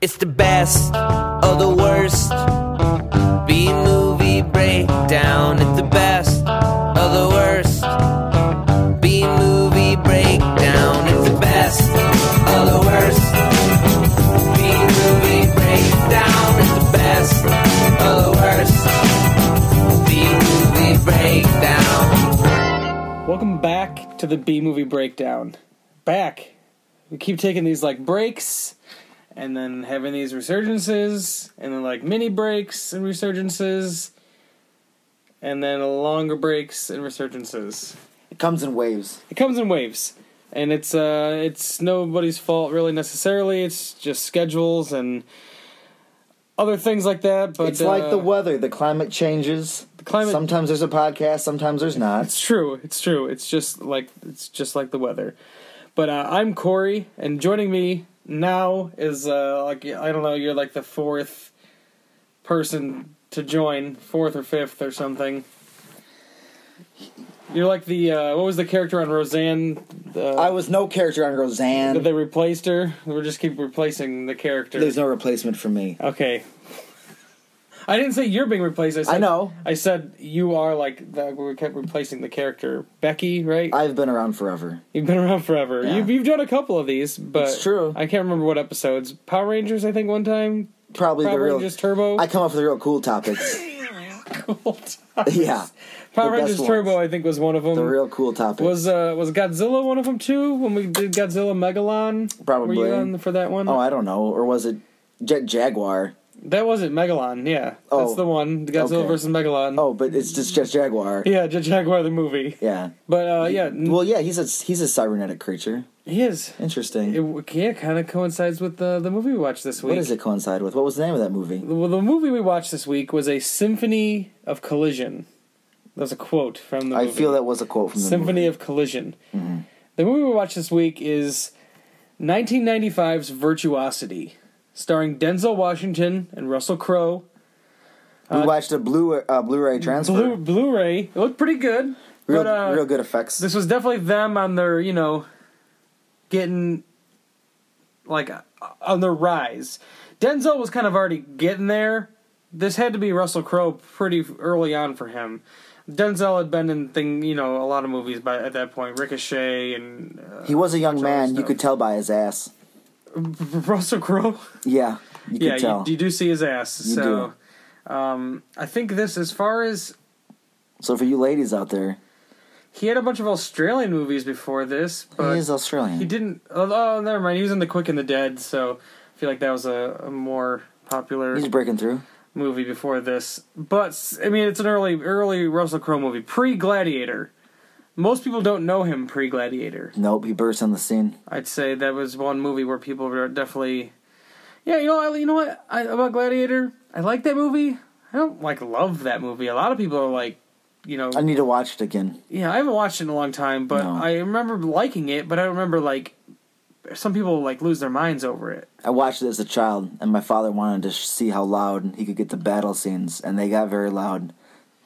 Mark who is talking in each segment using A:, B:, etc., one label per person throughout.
A: It's the best of the worst. B movie breakdown. It's the best of the worst. B movie breakdown. It's the best of the worst. B movie breakdown. It's the best of the worst. B movie breakdown.
B: Welcome back to the B movie breakdown. Back. We keep taking these like breaks and then having these resurgences and then like mini breaks and resurgences and then longer breaks and resurgences.
C: It comes in waves.
B: It comes in waves. And it's uh it's nobody's fault really necessarily. It's just schedules and other things like that, but
C: it's like
B: uh,
C: the weather. The climate changes. The
B: climate-
C: Sometimes there's a podcast. Sometimes there's
B: It's
C: not.
B: true. It's true. It's just like it's just like the weather. But uh, I'm Corey, and joining me now is uh, like I don't know. You're like the fourth person to join, fourth or fifth or something. You're like the uh, what was the character on Roseanne?
C: I
B: Uh,
C: was no character on
B: that they
C: Roseanne.
B: replaced her. We just keep replacing the character.
C: There's no replacement for me.
B: okay. I didn't say you're being replaced. I, said,
C: I know.
B: I said you are like the, we kept replacing the character Becky, right?
C: I've been around forever.
B: You've been around forever.
C: Yeah.
B: You've, you've done a couple of these, but
C: It's true.
B: I can't remember what episodes. Power Rangers, I think one time.
C: Probably
B: Power
C: the real.
B: Rangers Turbo.
C: I come up with the real cool topics. yeah,
B: Power
C: the best
B: Rangers Turbo,
C: ones.
B: I think, was one of them.
C: the real cool topics.
B: was uh was Godzilla one of them too? When we did Godzilla Megalon,
C: Probably.
B: Were you on for that one?
C: oh, I don't know. Or was it Jet Jaguar?
B: that wasn't Megalon. Yeah,
C: Oh.
B: that's the one. Godzilla
C: Okay.
B: versus Megalon.
C: Oh, but it's just Jet Jaguar.
B: yeah, Jet Jaguar the movie.
C: Yeah.
B: But uh, yeah, n-
C: Well, yeah, he's a he's a cybernetic creature.
B: he is.
C: Interesting.
B: It w- yeah, kind of coincides with the the movie we watched this week.
C: what does it coincide with? What was the name of that movie?
B: Well, the movie we watched this week was a Symphony of Collision. That's a quote from the
C: I
B: movie.
C: feel that was a quote from the
B: Symphony
C: movie. Mm-hmm.
B: of Collision. The movie we watched this week is 1995's Virtuosity, starring Denzel Washington and Russell Crowe.
C: we watched a blue uh, Blu-ray transfer.
B: Blue Blu-ray. It looked pretty good,
C: real,
B: but uh,
C: real good effects.
B: this was definitely them on their you know getting like uh, on their rise denzel was kind of already getting there this had to be russell crowe pretty early on for him denzel had been in thing you know a lot of movies by at that point ricochet and uh,
C: he was a young
B: Charlie
C: man. You
B: Stone.
C: could tell by his ass.
B: russell crowe
C: Yeah, you
B: yeah
C: could tell.
B: you, you do see his ass
C: You
B: so um i think this as far as
C: so for you ladies out there,
B: he had a bunch of australian movies before this but
C: he is Australian.
B: He didn't. Oh, oh, never mind. He was in The Quick and the Dead, so I feel like that was a, a more popular
C: He's breaking through.
B: movie before this. But I mean, it's an early, early Russell Crowe movie, pre Gladiator. Most people don't know him pre Gladiator.
C: Nope, he bursts on the scene.
B: I'd say that was one movie where people were definitely. Yeah, you know, I, you know what I, about Gladiator? I like that movie. I don't like love that movie. A lot of people are like, you know,
C: I need to watch it again.
B: yeah, I haven't watched it in a long time, but
C: No.
B: I remember liking it. But I remember like some people like lose their minds over it.
C: I watched it as a child, and my father wanted to sh- see how loud he could get the battle scenes, and they got very loud.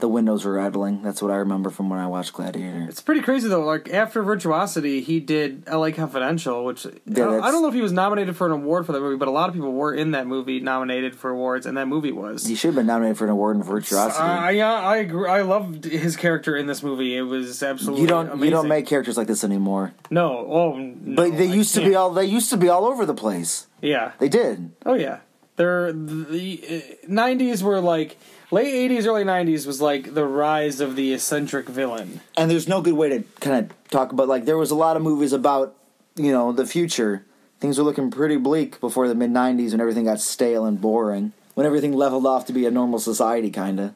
C: The windows were rattling. That's what I remember from when I watched Gladiator.
B: It's pretty crazy though. Like after Virtuosity, he did L.A. Confidential, which I, don't, I
C: that's-
B: don't know if he was nominated for an award for that movie, but a lot of people were in that movie nominated for awards, and that movie was.
C: he should have been nominated for an award in Virtuosity.
B: Uh, yeah, I agree. I loved his character in this movie. It was absolutely
C: you don't
B: Amazing.
C: you don't make characters like this anymore.
B: no. Oh, no,
C: But they
B: I
C: used to
B: can't.
C: be all they used to be all over the place.
B: Yeah.
C: They did.
B: Oh yeah, they're the nineties were like late eighties, early nineties was like the rise of the eccentric villain.
C: and there's no good way to kind of talk about like there was a lot of movies about you know the future things were looking pretty bleak before the mid 90s when everything got stale and boring when everything leveled off to be a normal society kind of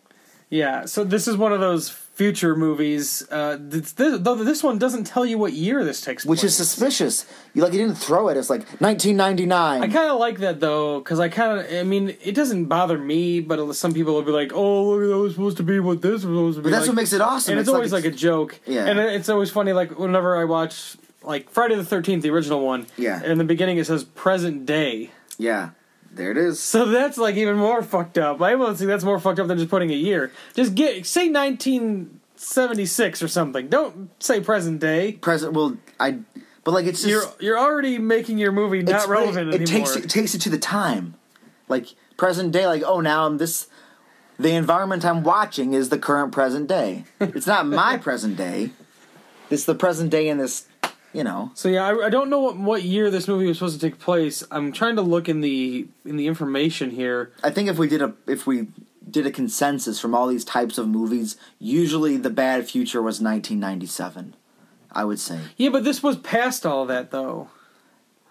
B: Yeah, so this is one of those future movies. Uh, this, this, though this one doesn't tell you what year this takes place.
C: which is suspicious you like you didn't throw it it's like 1999
B: I kind of like that though, because I kind of, I mean, it doesn't bother me, but some people will be like, "Oh, look, that was supposed to be what this was supposed to be."
C: but that's
B: like.
C: what makes it awesome
B: and it's, always like, a joke.
C: Yeah.
B: And it's always funny, like whenever I watch like Friday the Thirteenth, the original one.
C: Yeah.
B: In the beginning, it says present day,
C: yeah there it is
B: so that's like even more fucked up. I almost think that's more fucked up than just putting a year. Just get say nineteen seventy six or something. Don't say present day.
C: present well i But like it's just
B: You're you're already making your movie not
C: it's
B: relevant
C: it
B: anymore.
C: takes it takes it to the time, like present day. Like oh now I'm this. The environment I'm watching is the current present day. It's not my present day. It's the present day in this, you know.
B: so yeah, I, I don't know what, what year this movie was supposed to take place. I'm trying to look in the in the information here.
C: I think if we did a if we did a consensus from all these types of movies, usually the bad future was 1997. I would say.
B: Yeah, but this was past all that though.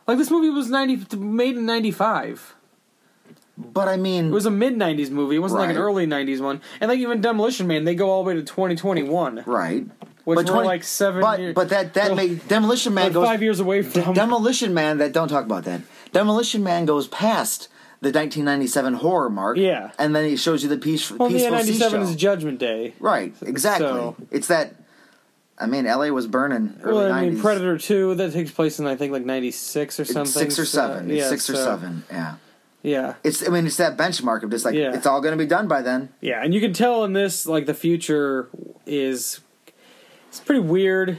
B: Like this movie was ninety made in ninety five.
C: But I mean,
B: It was a mid '90s movie. It wasn't like an
C: Right.
B: early '90s one. And like even Demolition Man, they go all the way to 2021,
C: right.
B: which
C: But
B: we're
C: 20
B: like seven.
C: But
B: year-
C: but that that
B: we're
C: made Demolition Man
B: like
C: goes
B: five years away from.
C: Demolition Man. That don't talk about that. Demolition Man goes past the 1997 horror mark.
B: Yeah.
C: And then he shows you the peace,
B: well, yeah,
C: peaceful
B: '97
C: seashell.
B: is Judgment Day.
C: right. Exactly.
B: So-
C: It's that. I mean, LA was burning early
B: well, I
C: 90s.
B: mean, Predator Two that takes place in I think like '96 or something.
C: It's six or
B: so,
C: seven. It's
B: yeah,
C: six or
B: so-
C: seven. Yeah.
B: Yeah,
C: It's I mean it's that benchmark of just like
B: Yeah.
C: it's all gonna be done by then.
B: yeah, and you can tell in this like the future is it's pretty weird.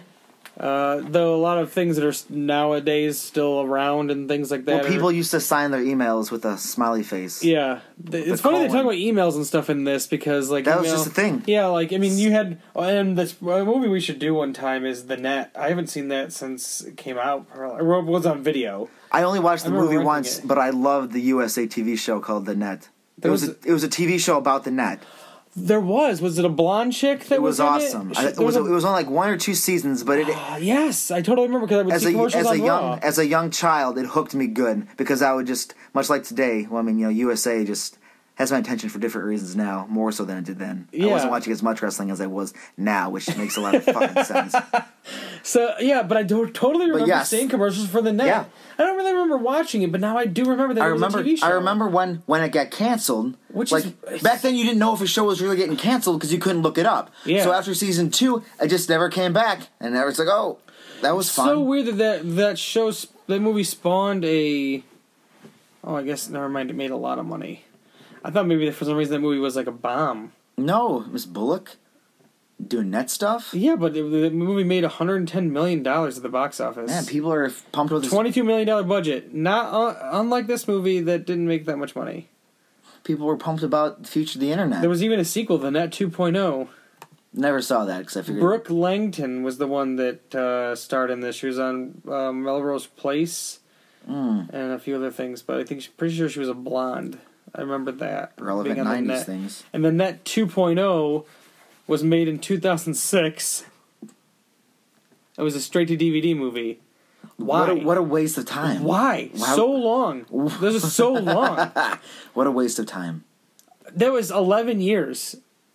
B: Uh, though a lot of things that are s- nowadays still around and things like that.
C: well,
B: are-
C: people used to sign their emails with a smiley face.
B: Yeah, Th- it's funny they talk about emails and stuff in this because like
C: That was
B: email-
C: just a thing.
B: Yeah, like I mean, you had and this a movie we should do one time is the Net. I haven't seen that since it came out. Probably, or it was on video.
C: I only watched
B: I
C: the
B: remember
C: movie
B: renting
C: once,
B: it.
C: but I loved the USA TV show called The Net.
B: There
C: it was,
B: was
C: a, it was a TV show about the net.
B: There was was it a blonde chick that
C: It was,
B: in
C: awesome.
B: It,
C: I,
B: She-
C: it
B: there
C: was
B: was
C: it
B: a-
C: was on like one or two seasons, but it
B: Ah, yes, I totally remember because I would
C: as
B: see
C: a
B: commercials
C: as a
B: on
C: young
B: Raw.
C: as a young child it hooked me good because I would just much like today. Well, I mean you know USA just has my attention for different reasons now, more so than it did then. I
B: Yeah.
C: wasn't watching as much wrestling as I was now, which makes a lot of fucking sense.
B: so yeah, but I do totally remember
C: yes.
B: seeing commercials for the Net.
C: Yeah.
B: I don't really remember watching it, but now I do remember that
C: I
B: it was a
C: remember.
B: TV show.
C: I remember when when it got canceled.
B: Which
C: like
B: is-
C: back then, you didn't know if a show was really getting canceled because you couldn't look it up.
B: Yeah.
C: So after season two, I just never came back, and I was like, oh, that was fun.
B: so weird that that, that show sp- that movie spawned a oh i guess never mind it made a lot of money i thought maybe for some reason that movie was like a bomb
C: no, Miss Bullock doing net stuff.
B: yeah but it, the movie made 110 million dollars at the box office
C: Man, people are pumped with this.
B: 22 million dollar budget not uh, unlike this movie that didn't make that much money
C: People were pumped about the future of the internet.
B: there was even a sequel the net oh. 2.0
C: never saw that because I figured.
B: brooke langton was the one that uh, starred in this she was on uh, melrose place
C: Mm,
B: and a few other things, but I think she, pretty sure she was a blonde. I remember that.
C: relevant
B: being on the
C: '90s
B: net.
C: things.
B: And the Net 2.0 was made in 2006. It was a straight to DVD movie. Why?
C: What a, what a waste of time.
B: Why?
C: Why-
B: So long. This is so long.
C: What a waste of time.
B: That was 11 years.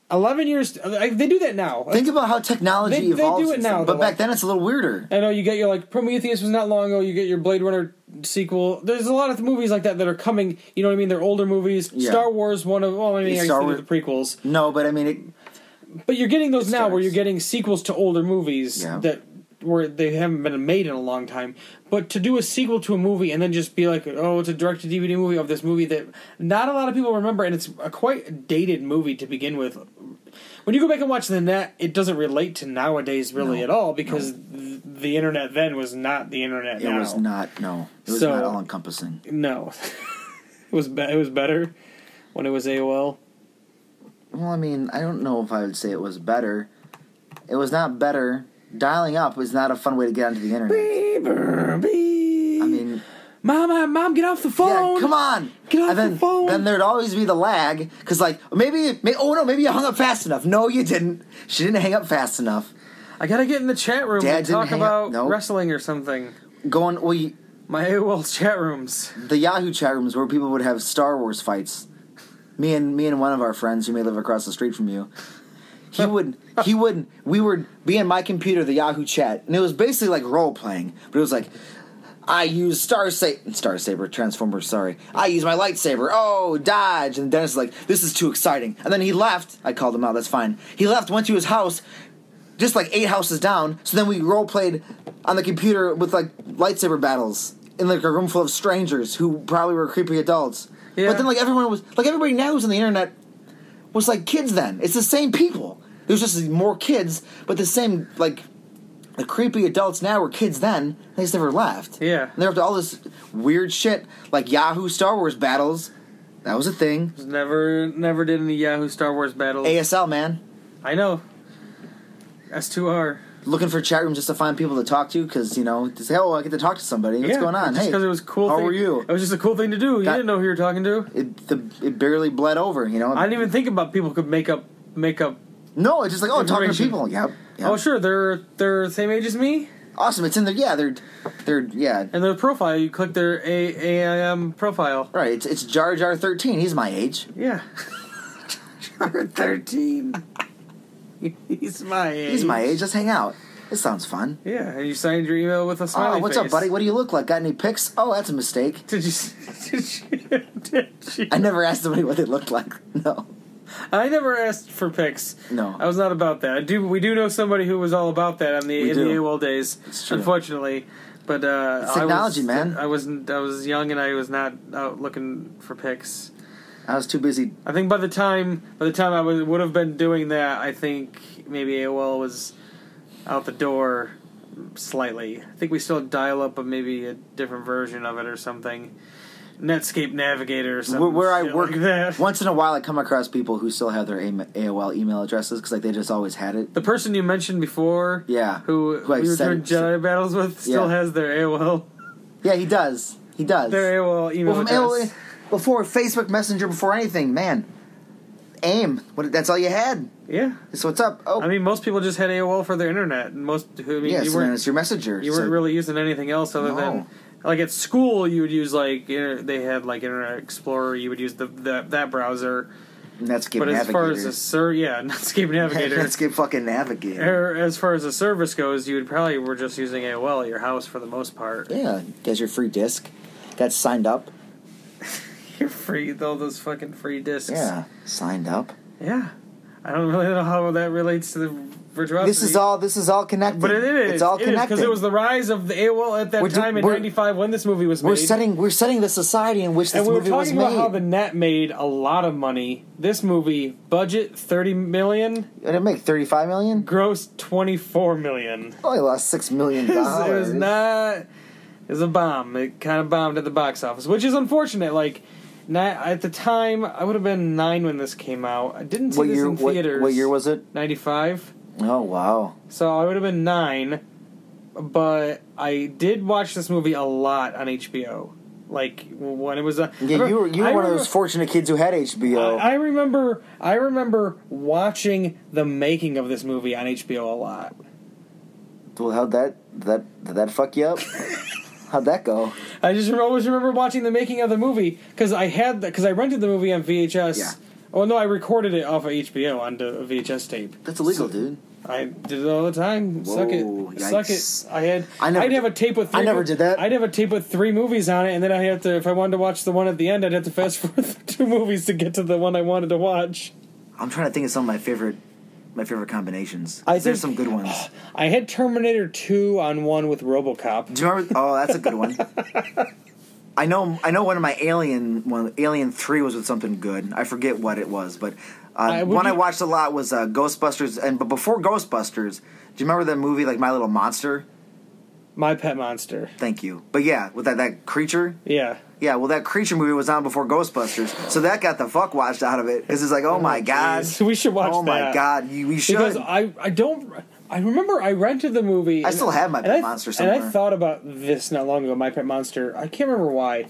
B: 11 years. Like, they do that now.
C: Think about how technology
B: They- they do
C: evolves,
B: it
C: and
B: now,
C: stuff,
B: though,
C: but
B: like-
C: back then it's a little weirder.
B: I know you get your like Prometheus was not long ago. You get your Blade Runner sequel. There's a lot of movies like that that are coming. You know what I mean? They're older movies.
C: Yeah.
B: Star Wars, one of well, I mean, I guess
C: Star
B: they did
C: Wars-
B: the prequels.
C: No, but I mean, it,
B: But you're getting those
C: It
B: now, where
C: starts.
B: you're getting sequels to older movies
C: Yeah.
B: that where they haven't been made in a long time. But to do a sequel to a movie and then just be like, oh, it's a direct to DVD movie of this movie that not a lot of people remember, and it's a quite dated movie to begin with. When you go back and watch the net, it doesn't relate to nowadays really at all because th- the internet then was not the internet
C: It
B: now.
C: was not. No, it was
B: So-
C: not all encompassing.
B: No, it was be- it was better when it was AOL.
C: Well, I mean, I don't know if I would say it was better. It was not better. Dialing up was not a fun way to get onto the internet. I mean,
B: Mama, mom, get off the phone.
C: yeah, come on.
B: Get off
C: and then,
B: the phone.
C: Then there'd always be the lag because, like, maybe, may, oh no, maybe you hung up fast enough. No, you didn't. She didn't hang up fast enough.
B: I gotta get in the chat room
C: Dad
B: and
C: didn't
B: talk
C: hang up-
B: about
C: no.
B: wrestling or something.
C: Going, well, you,
B: My AOL chat rooms.
C: the Yahoo chat rooms where people would have Star Wars fights. Me and me and one of our friends who may live across the street from you. He would he would we would be in my computer, the Yahoo chat, and it was basically like role playing, but it was like I use Star Saber, Star Saber, Transformer. Sorry, I use my lightsaber. Oh, dodge! And Dennis is like, "This is too exciting." And then he left. I called him out. That's fine. He left, went to his house, just like eight houses down. So then we role played on the computer with like lightsaber battles in like a room full of strangers who probably were creepy adults.
B: Yeah.
C: But then like everyone was like everybody now who's on the internet was like kids. Then it's the same people. It was just more kids, but the same like the creepy adults now were kids then. They just never left.
B: Yeah.
C: And they're up to all this weird shit like Yahoo Star Wars battles. That was a thing.
B: Never, never did any Yahoo Star Wars battles.
C: ASL man,
B: I know. S2R.
C: looking for chat rooms just to find people to talk to because you know, just, hey, oh, I get to talk to somebody. What's going on?
B: Just
C: hey,
B: because it was a cool.
C: How
B: thing.
C: are you?
B: It was just a cool thing to do. You
C: That-
B: didn't know who you were talking to.
C: It, the, it barely bled over. You know.
B: I didn't even think about people could make up make up.
C: no, it's just like oh, talking to
B: Information.
C: people. Yep. yep.
B: Oh sure, they're they're the same age as me,
C: Awesome. It's in there. Yeah, they're they're yeah.
B: and their profile. You click their A A I M profile.
C: Right. It's it's Jar Jar thirteen. He's my age.
B: Yeah,
C: Jar thirteen.
B: he's my age.
C: He's my age. Let's hang out. This sounds fun.
B: Yeah, and you signed your email with a smiley
C: Oh, what's
B: face.
C: up, buddy? What do you look like? Got any pics? Oh, that's a mistake.
B: Did you? Did you? Did you
C: I never asked somebody what they looked like. No.
B: I never asked for pics.
C: No.
B: I was not about that. I do. We do know somebody who was all about that on the
C: We
B: in
C: do.
B: the AOL days.
C: It's true.
B: Unfortunately, but uh,
C: It's
B: I
C: technology,
B: was,
C: man.
B: I wasn't. I was young and I was not out looking for pics.
C: I was too busy.
B: I think by the time by the time I was, would have been doing that, I think maybe AOL was out the door slightly. I think we still dial up, but maybe a different version of it or something. Netscape Navigator or
C: Where,
B: something.
C: where I work,
B: like that.
C: once in a while, I come across people who still have their AIM AOL email addresses because like they just always had it.
B: The person you mentioned before,
C: Yeah.
B: who,
C: Who I
B: we were doing
C: sent-
B: Jedi battles with, still
C: Yeah.
B: has their AOL,
C: Yeah, he does. He does.
B: their AOL email
C: Well, from
B: address.
C: AOL, before Facebook Messenger, before anything, man. AIM. What? That's all you had.
B: Yeah,
C: So what's up? Oh,
B: I mean, most people just had AOL for their internet, and most who I mean,
C: yes,
B: you
C: and then
B: weren't
C: it's your messenger.
B: you
C: so-
B: weren't really using anything else other than
C: No.
B: like at school you would use like inter- they had like Internet Explorer, you would use the, the that browser.
C: Netscape
B: but
C: Navigator.
B: as far as a ser- yeah, Netscape Navigator.
C: Netscape fucking Navigator.
B: or as far as the service goes, you would probably were just using AOL at your house for the most part.
C: Yeah, gets your free disc. Got signed up.
B: You're free, all those fucking free discs.
C: Yeah, signed up.
B: Yeah, I don't really know how that relates to the virtuosity.
C: This is all. This is all connected.
B: but it is.
C: It's all connected.
B: because it was the rise of the AOL at that
C: We're do-
B: time in
C: we're-
B: '95 when this movie was
C: we're
B: made.
C: setting. We're setting the society in which this
B: and we were
C: movie was
B: talking about
C: made.
B: how the net made a lot of money. This movie budget 30 million,
C: Did it make thirty-five million?
B: gross 24 million.
C: Only lost six million
B: It was,
C: dollars.
B: it was not. It was a bomb. It kind of bombed at the box office, which is unfortunate. Like. Not, at the time, I would have been nine when this came out. I didn't see
C: What
B: this
C: year?
B: in
C: What,
B: theaters.
C: what year was it?
B: ninety-five?
C: Oh wow.
B: So I would have been nine, but I did watch this movie a lot on HBO. Like when it was a
C: Yeah, you were you were
B: I
C: one of
B: remember-
C: those fortunate kids who had HBO.
B: I I remember I remember watching the making of this movie on HBO a lot.
C: well, how'd that that did that fuck you up? how'd that go?
B: I just always remember watching the making of the movie because I had because I rented the movie on VHS.
C: Yeah.
B: Oh no, I recorded it off of HBO onto a VHS tape.
C: That's illegal, dude.
B: I did it all the time. Suck it,
C: Whoa,
B: suck
C: yikes.
B: it. I had. I
C: I never
B: would have a
C: did-
B: tape with.
C: I
B: Three
C: never did that.
B: I'd have a tape with three movies on it, and then I had to. If I wanted to watch the one at the end, I'd have to fast forward through two movies to get to the one I wanted to watch.
C: I'm trying to think of some of my favorite my favorite combinations.
B: I
C: There's
B: think-
C: some good ones.
B: I had Terminator Two on one with RoboCop.
C: Do you remember? Oh, that's a good one. I know. I know. One of my Alien one, Alien Three was with something good. I forget what it was, but uh,
B: I would
C: one I
B: be-
C: watched a lot was uh, Ghostbusters. And but before Ghostbusters, do you remember that movie like My Little Monster?
B: My Pet Monster.
C: Thank you. But yeah, with that that creature.
B: Yeah.
C: Yeah, well, that creature movie was on before Ghostbusters, so that got the fuck watched out of it. This is like, oh my god,
B: geez. We should watch
C: Oh my
B: that.
C: god, you, we should.
B: Because I I don't I remember I rented the movie.
C: I
B: and-
C: still have My
B: and
C: Pet
B: I-
C: Monster
B: And I
C: somewhere.
B: thought about this not long ago. My Pet Monster. I can't remember why.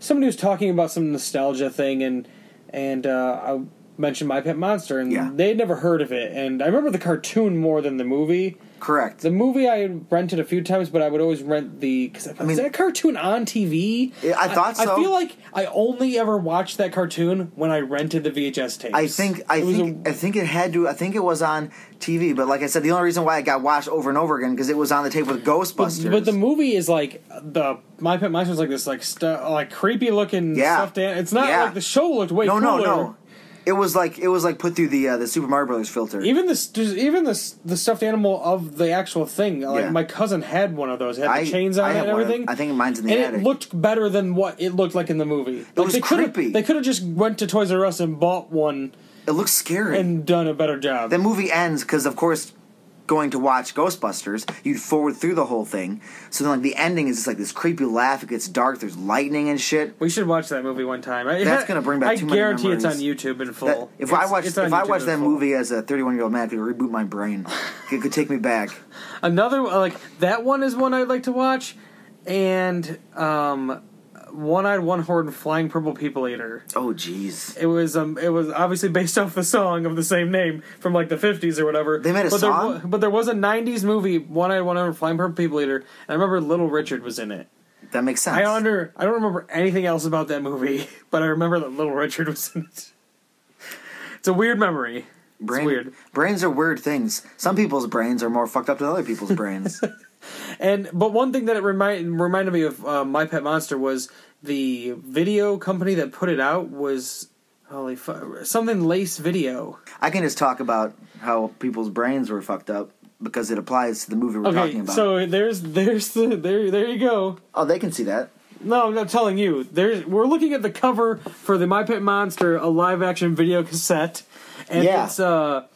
B: Somebody was talking about some nostalgia thing, and and uh, I mentioned My Pet Monster, and
C: Yeah.
B: they had never heard of it. And I remember the cartoon more than the movie.
C: Correct.
B: The movie I had rented a few times, but I would always rent the because I, was
C: mean-
B: that a cartoon on TV?
C: Yeah, I thought
B: I,
C: so.
B: feel like I only ever watched that cartoon when I rented the VHS tapes.
C: I think I
B: It was
C: think
B: a-
C: I think it had to. I think it was on TV, but like I said, the only reason why it got watched over and over again because it was on the tape with Ghostbusters.
B: But the movie is like the My Pet Monster is like this like stu- like creepy looking
C: Yeah.
B: stuffed an- It's not
C: Yeah.
B: like the show looked way
C: no, no,
B: cooler.
C: no. It was like it was like put through the uh, the Super Mario Brothers filter.
B: Even the st- even the s- the stuffed animal of the actual thing. Like
C: Yeah.
B: my cousin had one of those. It had
C: I-
B: the chains on
C: I
B: it
C: had
B: and
C: one of-
B: everything.
C: I think mine's in the
B: and it
C: attic.
B: looked better than what it looked like in the movie. It
C: was
B: they could've-
C: creepy.
B: They could have just went to Toys R Us and bought one
C: it looks scary.
B: and done a better job.
C: the movie ends because of course going to watch Ghostbusters, you'd forward through the whole thing. So then, like the ending is just like this creepy laugh. It gets dark. There's lightning and shit.
B: We should watch that movie one time. I-
C: That's gonna bring back
B: I
C: too many
B: guarantee it's on
C: memories.
B: YouTube in full.
C: That- if I
B: It's-
C: watch
B: it's
C: if
B: on
C: I
B: YouTube
C: watch
B: in
C: that
B: full.
C: movie as a 31 year old man, it could reboot my brain. it could take me back.
B: another like that one is one I'd like to watch, and um, one-eyed, one-horned, flying purple people eater.
C: Oh jeez.
B: It was um, it was obviously based off the song of the same name from like the fifties or whatever.
C: They made a
B: but there
C: song?
B: wa- but there was a nineties movie, One Eyed One Horned Flying Purple People Eater, and I remember Little Richard was in it.
C: That makes sense.
B: I under I don't remember anything else about that movie, but I remember that Little Richard was in it. It's a weird memory.
C: Brain-
B: weird.
C: Brains are weird things. Some people's brains are more fucked up than other people's brains.
B: And but one thing that it remind, reminded me of uh, My Pet Monster was the video company that put it out was holy fu- something Lace Video.
C: I can just talk about how people's brains were fucked up because it applies to the movie we're talking
B: Okay,
C: about.
B: so there's there's the, there there you go.
C: oh, they can see that.
B: No, I'm not telling you. There's we're looking at the cover for the My Pet Monster, a live action video cassette, and
C: Yeah.
B: it's uh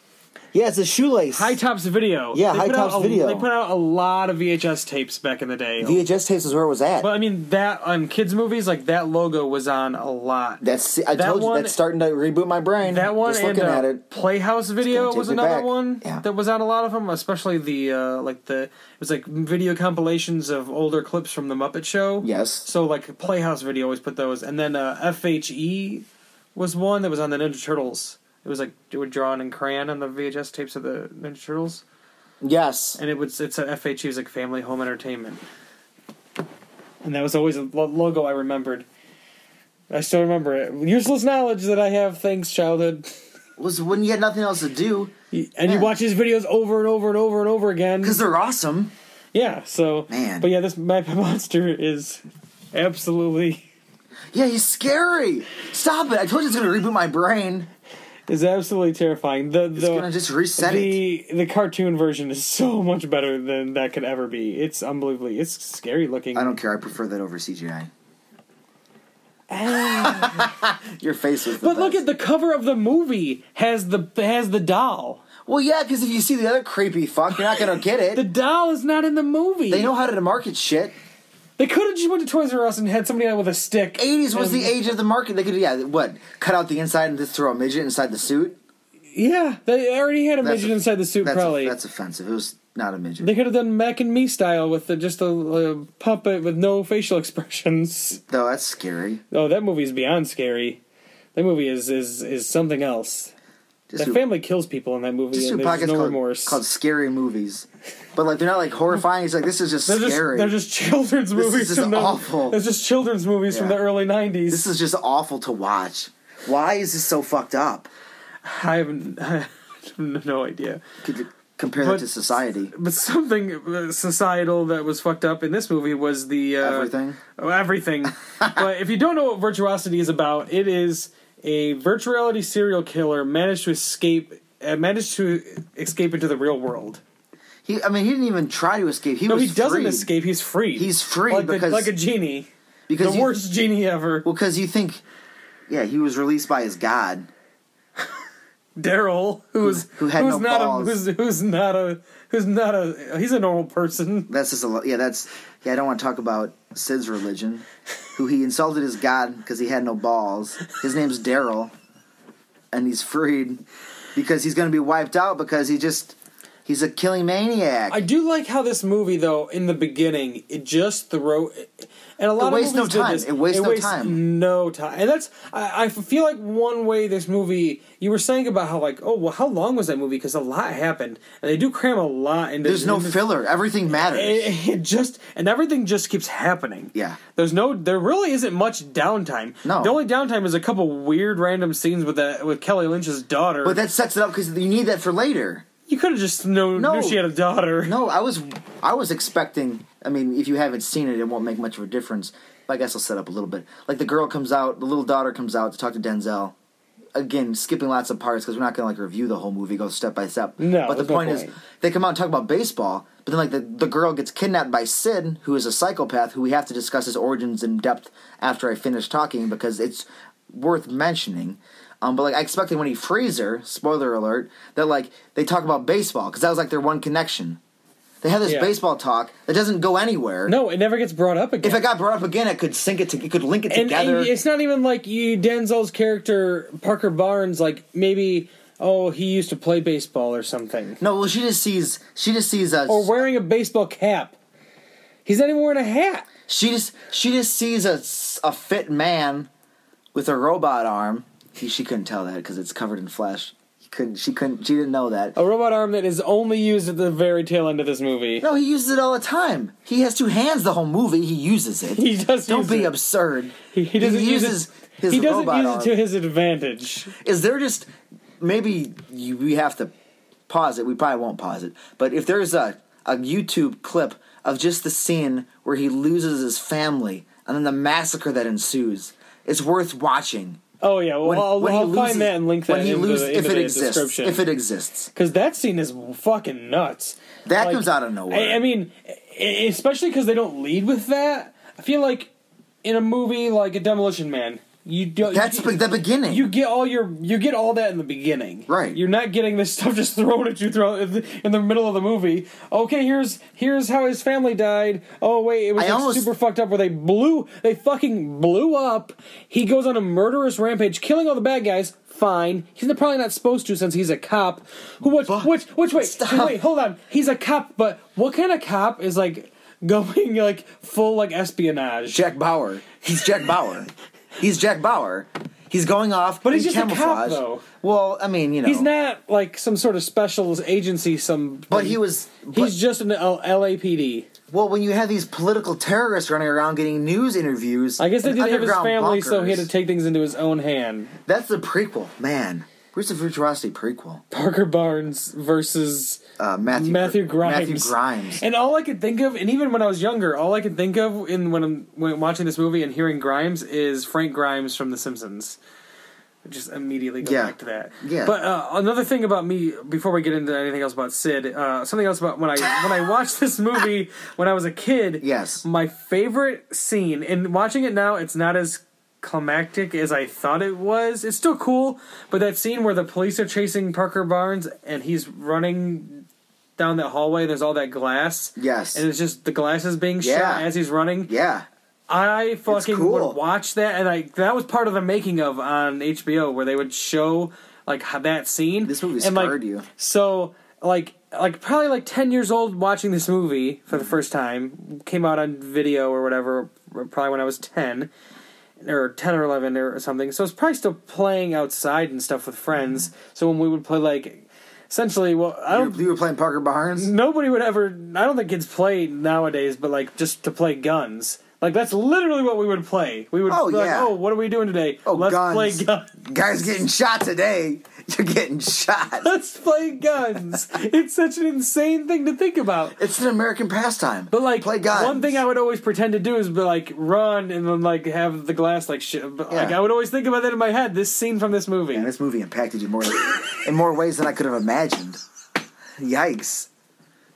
C: Yeah, it's a shoelace.
B: High Tops Video.
C: Yeah, High
B: put out
C: Tops
B: a-
C: Video.
B: They put out a lot of VHS tapes back in the day.
C: VHS tapes is where it was at.
B: But I mean that on kids movies, like that logo was on a lot.
C: That's I
B: That
C: told you
B: one-
C: that's starting to reboot my brain.
B: That one
C: just
B: and
C: looking
B: uh,
C: at it.
B: Playhouse video
C: gonna take
B: was
C: me
B: another
C: back.
B: one
C: Yeah.
B: that was on a lot of them, especially the uh, like the it was like video compilations of older clips from the Muppet Show.
C: Yes.
B: So like Playhouse video always put those, and then uh, FHE was one that was on the Ninja Turtles. It was like it would drawn in crayon on the VHS tapes of the Ninja Turtles,
C: Yes,
B: and it would it's an FHE it E was like Family Home Entertainment, and that was always a lo- logo I remembered. I still remember it. Useless knowledge that I have. Thanks, childhood.
C: was when you had nothing else to do
B: You- and you
C: Yeah.
B: watch his videos over and over and over and over again.
C: because they're awesome.
B: Yeah, so
C: Man.
B: but yeah, this my Pet monster is absolutely
C: Yeah, he's scary. Stop it! I told you it's gonna reboot my brain.
B: is absolutely terrifying. The
C: It's gonna
B: the
C: just reset it.
B: the, the cartoon version is so much better than that could ever be. It's unbelievably it's scary looking.
C: I don't care. I prefer that over CGI. Your face was. The
B: Ah. but look
C: best.
B: at the cover of the movie has the has the doll.
C: Well, yeah, because if you see the other creepy fuck, you're not gonna get
B: The
C: it.
B: doll is not in the movie.
C: they know how to market shit.
B: they could have just went to Toys R Us and had somebody out with a stick.
C: 80s was
B: And-
C: the age of the market. They could, yeah, what? Cut out the inside and just throw a midget inside the suit.
B: Yeah, they already had a
C: That's
B: midget
C: a-
B: inside the suit.
C: That's,
B: probably
C: that's offensive. It was not a midget.
B: They could have done Mac and Me style with the, just a, uh puppet with no facial expressions.
C: Though that's scary.
B: Oh, that movie is beyond scary. That movie is is is something else.
C: Just
B: that
C: do-
B: family kills people in that movie,
C: Just
B: and
C: do
B: there's
C: pockets
B: no
C: called,
B: remorse.
C: called scary movies, but like they're not like horrifying. It's like this is just
B: they're just
C: scary.
B: they're just children's
C: This is
B: movies.
C: just
B: from the,
C: awful.
B: They're just children's movies from
C: Yeah.
B: the early '90s.
C: this is just awful to watch. Why is this so fucked up?
B: I haven't. I have no idea.
C: Could you compare
B: But-
C: that to society?
B: But something uh, societal that was fucked up in this movie was the uh,
C: Everything.
B: Oh, everything. but if you don't know what virtuosity is about, it is a virtuality serial killer managed to escape, uh, managed to escape into the real world.
C: He, I mean, he didn't even try to escape. He
B: No,
C: was
B: he doesn't
C: freed.
B: escape. He's free.
C: He's free
B: like, the-
C: because-
B: like a genie, the
C: because you,
B: worst genie ever.
C: Well, because you think, yeah, he was released by his god.
B: Daryl, who's
C: who had
B: who's
C: no
B: not
C: balls.
B: a who's who's not a who's not a he's a normal person.
C: That's just a lo- yeah. That's yeah. I don't want to talk about Sid's religion, who he insulted his god because he had no balls. His name's Daryl, and he's freed because he's going to be wiped out because he just he's a killing maniac.
B: I do like how this movie, though, in the beginning, it just throw, and a lot
C: wastes
B: of
C: no
B: movies
C: time.
B: did this.
C: It wastes no time.
B: No time, and that's I, I feel like one way this movie. You were saying about how like oh well how long was that movie because a lot happened and they do cram a lot into.
C: There's no
B: into-
C: filler. Everything matters.
B: It, it just and everything just keeps happening.
C: Yeah.
B: There's no there really isn't much downtime.
C: No.
B: The only downtime is a couple weird random scenes with that with Kelly Lynch's daughter.
C: but that sets it up because you need that for later.
B: you could have just known
C: No.
B: knew she had a daughter.
C: No, I was I was expecting. I mean, if you haven't seen it, it won't make much of a difference. But I guess I'll set up a little bit. Like the girl comes out, the little daughter comes out to talk to Denzel. Again, skipping lots of parts because we're not going to like review the whole movie, go step by step.
B: No,
C: but the
B: there's no
C: point is,
B: point.
C: they come out and talk about baseball, but then like the, the girl gets kidnapped by Sid, who is a psychopath, who we have to discuss his origins in depth after I finish talking because it's worth mentioning. Um, but like I expected when he frees her, spoiler alert, that like they talk about baseball because that was like their one connection. They had this
B: Yeah.
C: baseball talk that doesn't go anywhere.
B: No, it never gets brought up again.
C: If it got brought up again, it could sync it. To, it could link it
B: and,
C: together.
B: and it's not even like you Denzel's character Parker Barnes like maybe oh he used to play baseball or something
C: no, well, she just sees. She just sees us.
B: or wearing a baseball cap. He's not even wearing a hat.
C: She just she just sees a, s- a fit man with a robot arm. He, she couldn't tell that because it's covered in flesh. He couldn't. She couldn't. She didn't know that.
B: A robot arm that is only used at the very tail end of this movie.
C: No, he uses it all the time. He has two hands the whole movie. He uses it.
B: He does
C: Don't
B: use
C: be
B: it.
C: absurd.
B: He, he doesn't use it-
C: uses his
B: he doesn't
C: robot
B: use
C: arm.
B: it to his advantage.
C: Is there just maybe you, we have to pause it? We probably won't pause it. But if there's a a YouTube clip of just the scene where he loses his family and then the massacre that ensues, it's worth watching.
B: Oh yeah, well
C: When-
B: I'll,
C: when he
B: I'll find
C: loses-
B: that and link that
C: when he
B: into, the-
C: loses-
B: into
C: if
B: the
C: it exists,
B: description.
C: if it exists,
B: Because that scene is fucking nuts.
C: that
B: Like,
C: comes out of nowhere.
B: I, I mean, e- especially because they don't lead with that. I feel like in a movie like a Demolition Man, you don't.
C: that's
B: you,
C: be- the beginning.
B: you get all your you get all that in the beginning,
C: Right.
B: You're not getting this stuff just thrown at you throughout in the, in the middle of the movie. Okay, here's here's how his family died. Oh wait, it was
C: I
B: like
C: almost-
B: super fucked up where they blew they fucking blew up. He goes on a murderous rampage, killing all the bad guys. Fine, he's not- probably not supposed to since he's a cop. Who which
C: But-
B: which which wait
C: Stop.
B: wait hold on, he's a cop, but what kind of cop is like going like full like espionage?
C: Jack Bauer. He's Jack Bauer. he's Jack Bauer. He's going off.
B: But he's
C: in
B: just a cop,
C: camouflage.
B: though.
C: Well, I mean, you know,
B: He's not like some sort of special agency. Some,
C: But he was. but-
B: He's just an L- LAPD.
C: Well, when you have these political terrorists running around getting news interviews,
B: I guess they
C: in
B: didn't have his
C: underground
B: family, so he had to
C: bunkers.
B: take things into his own hand.
C: That's the prequel, man. Where's the Futurosity prequel?
B: Parker Barnes versus
C: Uh, Matthew
B: Matthew Grimes.
C: Matthew Grimes.
B: And all I could think of, and even when I was younger, all I could think of in when I'm when watching this movie and hearing Grimes is Frank Grimes from The Simpsons. I Just immediately go
C: Yeah.
B: back to that.
C: Yeah.
B: But uh, another thing about me, before we get into anything else about Sid, uh, something else about when I when I watched this movie when I was a kid.
C: Yes.
B: My favorite scene, and watching it now, it's not as climactic as I thought it was. It's still cool, but that scene where the police are chasing Parker Barnes and he's running down that hallway, there's all that glass.
C: Yes.
B: And it's just the glass is being
C: Yeah.
B: shot as he's running.
C: yeah,
B: I fucking
C: cool.
B: would watch that, and I that was part of the making of on HBO where they would show like how, that scene.
C: This movie
B: and, like,
C: scarred you.
B: So like like probably like ten years old watching this movie for the first time came out on video or whatever probably when I was ten or 10 or 11 or something. So it's probably still playing outside and stuff with friends. So when we would play, like, essentially, well, I
C: you,
B: don't.
C: you were playing Parker Barnes.
B: Nobody would ever. I don't think kids play nowadays, but like just to play guns. Like that's literally what we would play. We would
C: Oh,
B: be like,
C: yeah.
B: oh, what are we doing today?
C: Oh,
B: Let's
C: guns.
B: play guns.
C: Guys getting shot today. You're getting shot.
B: Let's play guns. it's such an insane thing to think about.
C: It's an American pastime.
B: But like
C: play guns.
B: one thing I would always pretend to do is be like run and then like have the glass like shit. But like
C: Yeah.
B: I would always think about that in my head. This scene from this movie.
C: Man, this movie impacted you more in more ways than I could have imagined. Yikes!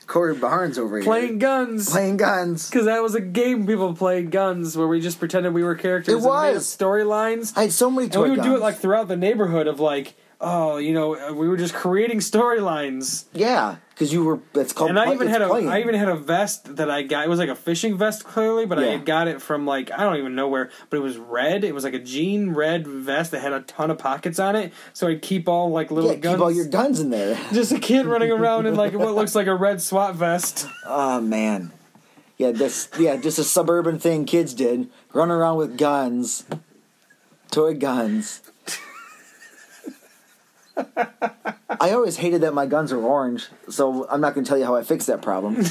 C: Corey Barnes over here
B: playing guns
C: playing guns.
B: because that was a game people played guns where we just pretended we were characters
C: It
B: and made up
C: was.
B: storylines
C: I had so many.
B: and
C: toy
B: we would do it
C: guns.
B: like throughout the neighborhood of like oh you know we were just creating storylines
C: Yeah, because you were. That's called.
B: and I
C: play-
B: even
C: it's
B: had a I
C: playing.
B: even had a vest that I got it was like a fishing vest clearly but I
C: Yeah.
B: had got it from like I don't even know where but it was red it was like a jean red vest that had a ton of pockets on it so I'd keep all like little
C: yeah,
B: guns
C: keep all your guns in there.
B: just a kid running around in like what looks like a red SWAT vest
C: Oh man, yeah, this yeah, just a suburban thing kids did. Run around with guns, toy guns. I always hated that my guns were orange, so I'm not going to tell you how I fixed that problem.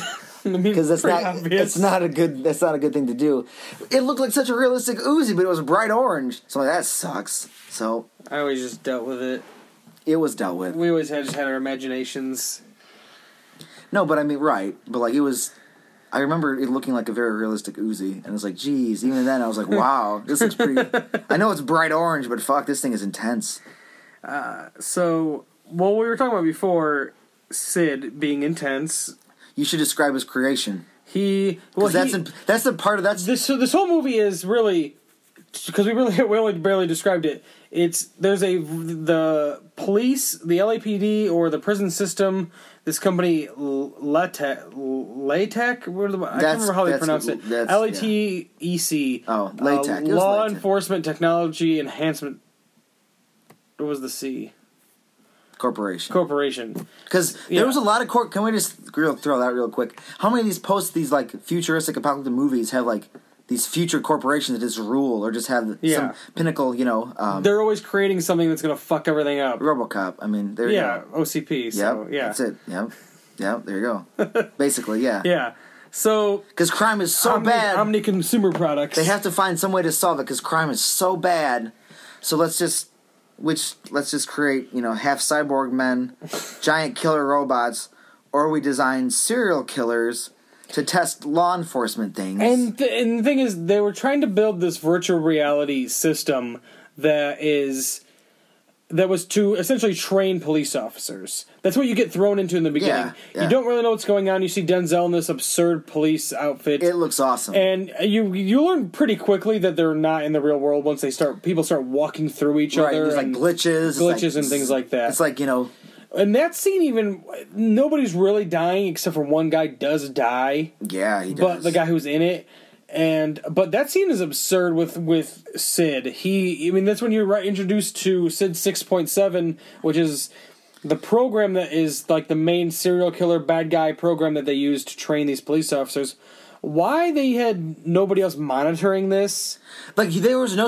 C: because that's not that's not a good that's not a good thing to do. It looked like such a realistic Uzi, but it was bright orange. So I'm like, that sucks. So
B: I always just dealt with it.
C: it was dealt with.
B: We always had just had our imaginations.
C: No, but I mean, right? But like it was. I remember it looking like a very realistic Uzi, and it's like, geez. Even then, I was like, wow, this looks pretty. I know it's bright orange, but fuck, this thing is intense.
B: So, well, we were talking about before Sid being intense.
C: You should describe his creation.
B: He well,
C: 'Cause
B: he,
C: that's imp- that's the part of that's
B: this so this whole movie is really because we really we only barely described it. It's there's a the police, the LAPD, or the prison system. This company L- E LATEC, LATEC, where the, I can't
C: That's-
B: remember how they
C: that's-
B: pronounce it.
C: that's-
B: L A T E C.
C: Oh, LATEC. It was
B: Law
C: LATEC.
B: Enforcement Technology Enhancement. What was the C
C: Corporation.
B: corporation?
C: Because
B: Yeah.
C: there was a lot of court. Can we just real throw that real quick? How many of these posts, these like futuristic apocalyptic movies, have like these future corporations that just rule or just have
B: Yeah.
C: some pinnacle? You know, um,
B: They're always creating something that's gonna fuck everything up.
C: RoboCop. I mean, there you
B: Yeah,
C: go.
B: OCP.
C: Yep,
B: So yeah,
C: that's it. Yep, yep. There you go. Basically, yeah.
B: Yeah. So
C: Because crime is so
B: omni,
C: bad,
B: omni consumer products.
C: they have to find some way to solve it. Because crime is so bad, so let's just, which let's just create, you know, half cyborg men, giant killer robots, or we design serial killers to test law enforcement things.
B: And th- and the thing is, they were trying to build this virtual reality system that is that was to essentially train police officers. That's what you get thrown into in the beginning.
C: yeah.
B: You don't really know what's going on. You see Denzel in this absurd police outfit.
C: it looks awesome.
B: and you you learn pretty quickly that they're not in the real world once they start people start walking through each
C: right,
B: other
C: there's like
B: and-
C: glitches, it's like-
B: glitches and things like that.
C: It's like you know,
B: and that scene even nobody's really dying except for one guy does die
C: yeah, he does.
B: but the guy who's in it and but that scene is absurd with with sid he i mean that's when you're right introduced to sid 6.7 which is the program that is like the main serial killer bad guy program that they use to train these police officers why they had nobody else monitoring this
C: like there was no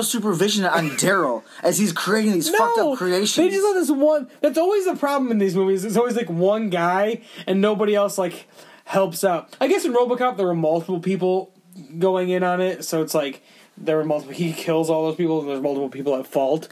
C: supervision on Daryl as he's creating these fucked up creations.
B: They just let this one. That's always the problem in these movies. It's always like one guy and nobody else like helps out. I guess in RoboCop there were multiple people going in on it, so it's like there were multiple. He kills all those people, and there's multiple people at fault.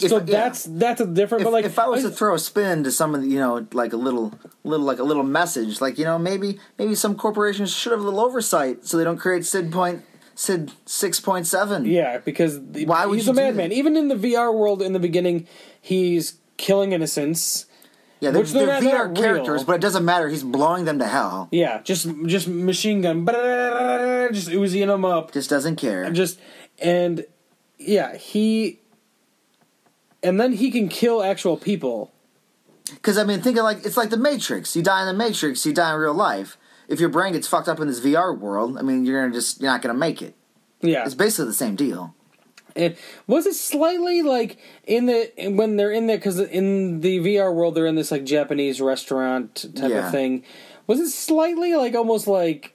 B: so
C: yeah.
B: that's that's a different.
C: if,
B: but like
C: if I was to throw a spin to some of the, you know, like a little, little, like a little message, like you know, maybe, maybe some corporations should have a little oversight so they don't create Sid point, Sid six point seven.
B: Yeah, because the,
C: Why would
B: he's
C: you
B: a
C: do
B: madman.
C: that?
B: Even in the VR world, in the beginning, he's killing innocents.
C: yeah, they're,
B: which they're
C: they're
B: not- they're
C: VR
B: not
C: characters,
B: real.
C: but it doesn't matter. He's blowing them to hell.
B: Yeah, just just machine gun, just oozing them up.
C: Just doesn't care.
B: just and yeah he and then he can kill actual people
C: Because I mean, think of like it's like the Matrix. You die in the Matrix, you die in real life. If your brain gets fucked up in this VR world, I mean, you're gonna just you're not gonna make it.
B: yeah
C: It's basically the same deal.
B: and was it slightly like in the when they're in there because in the vr world they're in this like japanese restaurant type
C: Yeah.
B: of thing was it slightly like almost like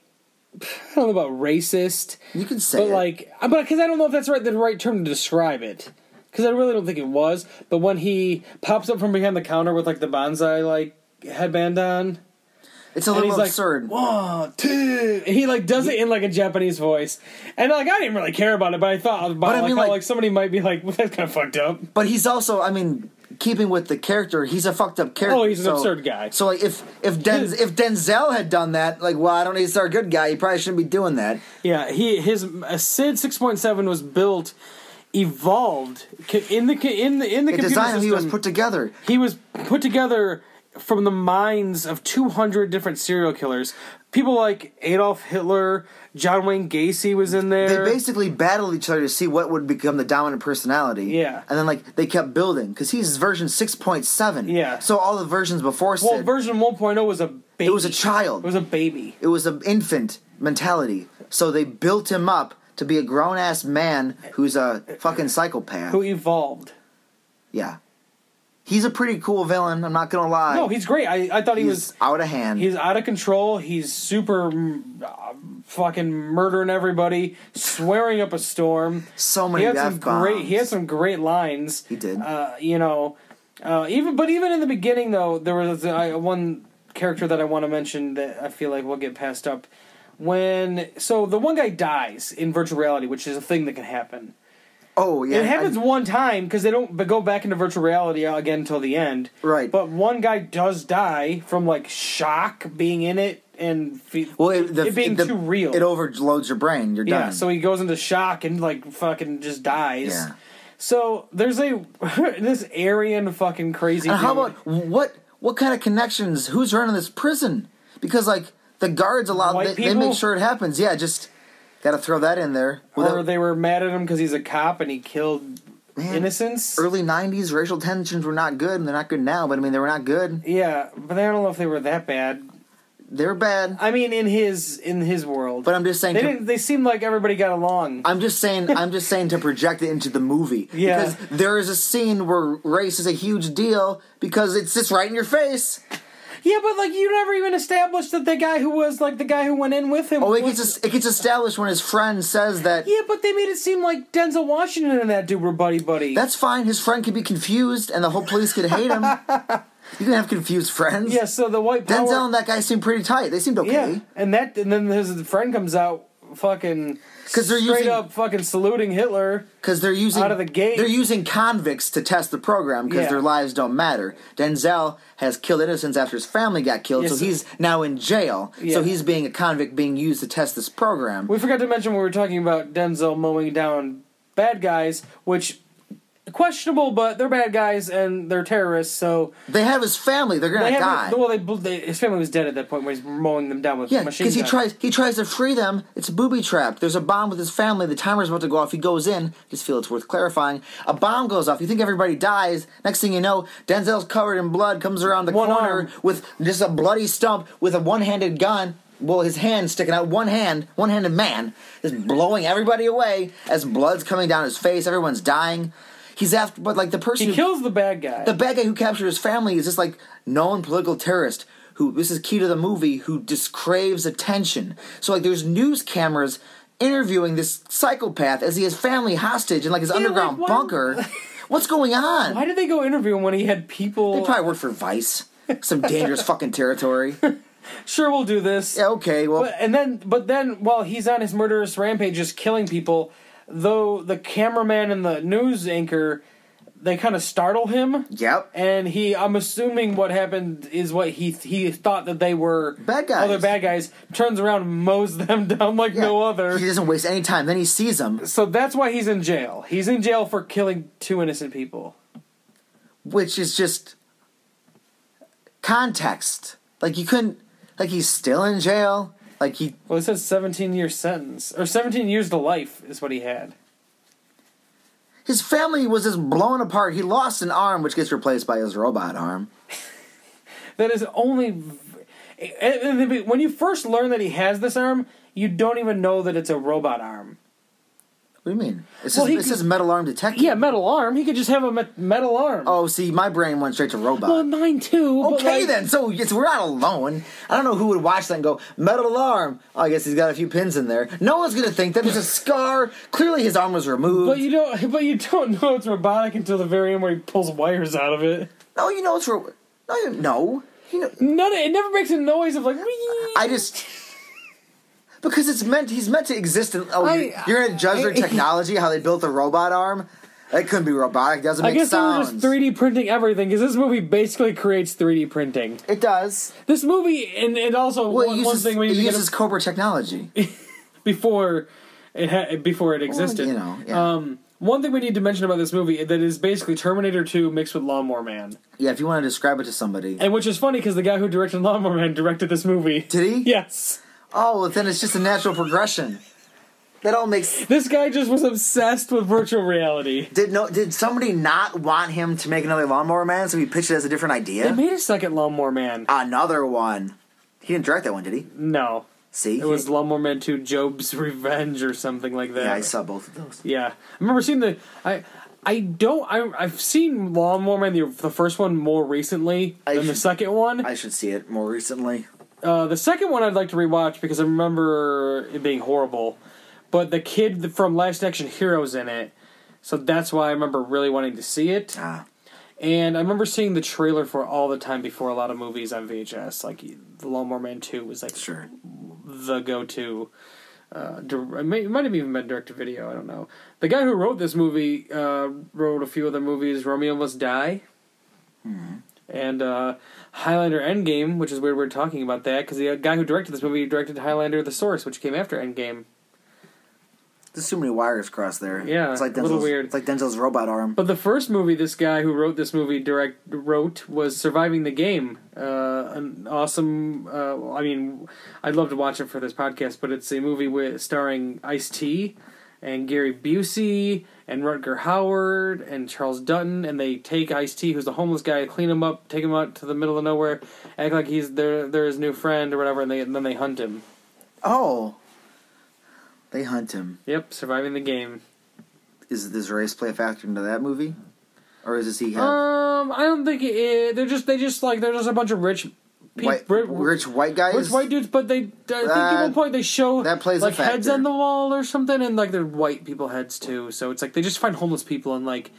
B: i don't know about racist
C: You can say
B: but
C: it.
B: like uh, but because i don't know if that's right the right term to describe it because i really don't think it was but when he pops up from behind the counter with like the bonsai like headband on
C: it's a
B: and he's
C: little
B: like,
C: absurd.
B: One, two. And he like does it in like a Japanese voice, and like I didn't really care about it, but I thought about
C: But I
B: like,
C: mean,
B: how,
C: like-
B: like somebody might be like, well, that's kind of fucked up.
C: But he's also, I mean, keeping with the character, he's a fucked up character.
B: Oh, he's an absurd guy.
C: So like, if if Denz, if Denzel had done that, like, well, I don't need to start a good guy. He probably shouldn't be doing that.
B: Yeah, he his uh, Sid six point seven was built, evolved ca- in the ca- in the in the
C: The
B: computer
C: design
B: system.
C: he was put together.
B: he was put together from the minds of 200 different serial killers. People like Adolf Hitler, John Wayne Gacy was in
C: They
B: there.
C: basically battled each other to see what would become the dominant personality.
B: Yeah.
C: and then like they kept building because he's version six point seven.
B: Yeah.
C: so all the versions before
B: well,
C: Sid,
B: version 1.0 was a baby.
C: it was a child.
B: It was a baby.
C: it was an infant mentality. So they built him up to be a grown ass man who's a fucking psychopath.
B: who evolved.
C: Yeah. He's a pretty cool villain, I'm not gonna lie.
B: No, he's great. I, I thought he
C: he's
B: was.
C: out of hand.
B: He's out of control. He's super mm, uh, fucking murdering everybody, swearing up a storm.
C: so
B: He
C: many
B: had
C: F
B: some great. He had some great lines.
C: He did.
B: Uh, you know, uh, even but even in the beginning though, there was I, one character that I want to mention that I feel like will get passed up. When so the one guy dies in virtual reality, which is a thing that can happen.
C: oh yeah.
B: It happens
C: I-
B: one time because they don't b- go back into virtual reality uh, again until the end.
C: Right.
B: But one guy does die from like shock being in it and fe-
C: well, it, the,
B: it being
C: the-
B: too real.
C: It overloads your brain. You're
B: yeah.
C: done.
B: So he goes into shock and like fucking just dies.
C: Yeah.
B: So there's a this Aryan fucking crazy.
C: and how
B: dude.
C: about what? What kind of connections? Who's running this prison? Because like the guards allow
B: White
C: they, they
B: people?
C: make sure it happens. Yeah, just Got to throw that in there. Well,
B: or
C: that-
B: they were mad at him because he's a cop and he killed
C: Man,
B: innocents.
C: early '90s racial tensions were not good, and they're not good now. But I mean, they were not good.
B: Yeah, but I don't know if they were that bad.
C: They were bad.
B: I mean, in his in his world,
C: But I'm just saying.
B: they
C: to-
B: didn't. They seemed like everybody got along.
C: I'm just saying. I'm just saying to project it into the movie.
B: Yeah.
C: Because there is a scene where race is a huge deal because it sits right in your face.
B: Yeah, but like you never even established that the guy who was like the guy who went in with him.
C: Oh, it
B: was-
C: gets it gets established when his friend says that.
B: yeah, but they made it seem like Denzel Washington and that dude were buddy buddy.
C: That's fine. His friend could be confused, and the whole police could hate him. you can have confused friends.
B: yeah. So the white power.
C: Denzel and that guy seemed pretty tight. They seemed okay.
B: yeah, and that and then his friend comes out fucking
C: 'Cause they're
B: straight
C: using-
B: up fucking saluting Hitler.
C: Because they're using
B: Out of the gate.
C: They're using convicts to test the program because
B: Yeah.
C: their lives don't matter. Denzel has killed innocents after his family got killed,
B: Yes,
C: so
B: sir.
C: he's now in jail.
B: Yeah.
C: So he's being a convict being used to test this program.
B: We forgot to mention when we were talking about Denzel mowing down bad guys, which questionable, but they're bad guys and they're terrorists. So
C: They have his family. They're gonna
B: they
C: die.
B: haven't- well, they, bl- they his family was dead at that point when he's mowing them down with
C: yeah,
B: machine
C: because he
B: guns.
C: tries he tries to free them. It's booby trapped. There's a bomb with his family. The timer's about to go off. He goes in. Just feel it's worth clarifying. A bomb goes off. You think everybody dies. Next thing you know, Denzel's covered in blood. Comes around the
B: One
C: corner
B: arm.
C: with just a bloody stump with a one-handed gun. Well, his hand sticking out. One hand, one-handed man is blowing everybody away as blood's coming down his face. Everyone's dying. He's after, but like the person
B: He
C: who-
B: kills the bad guy.
C: the bad guy who captured his family is this like known political terrorist who this is key to the movie who just craves attention. So like there's news cameras interviewing this psychopath as he has family hostage in like his underground
B: like, why-
C: bunker. What's going on?
B: Why did they go interview him when he had people?
C: They probably work for Vice. Some dangerous fucking territory. Yeah,
B: sure, we'll do this.
C: okay, well
B: But, and then, but then, while he's on his murderous rampage, just killing people, though the cameraman and the news anchor, they kind of startle him.
C: Yep.
B: And he, I'm assuming what happened is what he he thought that they were
C: Bad guys.
B: other bad guys. Turns around, and mows them down like no other.
C: He doesn't waste any time. Then he sees him,
B: So that's why he's in jail. He's in jail for killing two innocent people.
C: which is just context. Like you couldn't like he's still in jail. Like he
B: Well, it says 17 year sentence or 17 years to life is what he had.
C: His family was just blown apart. He lost an arm, which gets replaced by his robot arm.
B: That is only. v- and- and the- When you first learn that he has this arm, you don't even know that it's a robot arm.
C: What do you mean? It says,
B: Well, he
C: it says
B: could-
C: metal arm detective.
B: Yeah, metal arm. He could just have a me- metal arm.
C: Oh, see, my brain went straight to robot.
B: well, mine too. but
C: okay
B: like-
C: then. So it's, we're not alone. I don't know who would watch that and go metal arm. Oh, I guess he's got a few pins in there. No one's gonna think that. There's a scar. Clearly, his arm was removed.
B: But you don't. But you don't know it's robotic until the very end where he pulls wires out of it.
C: no, you know it's ro- no, you no. You know,
B: None. It never makes a noise of like. "Wee."
C: I just. Because it's meant, he's meant to exist. In, oh,
B: I-
C: you're gonna judge their
B: I-
C: technology, how they built the robot arm. That couldn't be robotic. Doesn't
B: I
C: make
B: guess they were
C: sounds.
B: just 3D printing everything because this movie basically creates 3D printing.
C: It does.
B: This movie and and also one,
C: Well, it
B: one
C: uses,
B: thing we need
C: it
B: to get
C: uses Cobra technology.
B: before it ha- before it existed.
C: you know, yeah.
B: um, one thing we need to mention about this movie that is basically Terminator 2 mixed with Lawnmower Man,
C: yeah, if you want to describe it to somebody.
B: and which is funny because the guy who directed Lawnmower Man directed this movie.
C: Did he?
B: Yes,
C: Oh, well, then it's just a natural progression. That all makes.
B: this guy just was obsessed with virtual reality.
C: Did no? Did somebody not want him to make another Lawnmower Man? So he pitched it as a different
B: They
C: idea.
B: made a second Lawnmower Man.
C: Another one. He didn't direct that one, did he?
B: No,
C: See,
B: it was Lawnmower Man 2: Job's Revenge or something like that.
C: Yeah, I saw both of those.
B: Yeah, I remember seeing the I. I don't. I, I've seen Lawnmower Man, the, the first one, more recently
C: I
B: than the
C: should-
B: second one.
C: I should see it more recently.
B: Uh, the second one I'd like to rewatch because I remember it being horrible. But the kid from Last Action Heroes in it, so that's why I remember really wanting to see it.
C: Ah,
B: And I remember seeing the trailer for all the time before a lot of movies on VHS. Like The Lawnmower Man Two was like
C: sure.
B: the go-to. Uh, dir- it, may, it might have even been direct to video. I don't know. The guy who wrote this movie uh, wrote a few other movies: Romeo Must Die, and uh, Highlander: Endgame, which is weird. We're talking uh, about that because the guy who directed this movie directed Highlander: The Source, which came after Endgame.
C: There's too many wires crossed there.
B: Yeah,
C: it's like Denzel's,
B: a little weird.
C: It's like Denzel's robot arm.
B: But the first movie this guy who wrote this movie direct wrote was Surviving the Game. Uh, an awesome. Uh, I mean, I'd love to watch it for this podcast, but it's a movie with starring Ice T and Gary Busey and Rutger Howard and Charles Dutton, and they take Ice T, who's a homeless guy, clean him up, take him out to the middle of nowhere, act like he's their their his new friend or whatever, and, they, and then they hunt him.
C: Oh, they hunt him.
B: Yep, Surviving the Game.
C: Is does race play a factor into that movie, or is this he have
B: Um, I don't think it, they're just they just like they're just a bunch of rich, peop-
C: white,
B: ri-
C: rich white guys?
B: rich white dudes. But they, I think at one
C: That-
B: point they show
C: that plays a
B: like heads
C: factor.
B: on the wall or something, and like they're white people heads too. So it's like they just find homeless people and like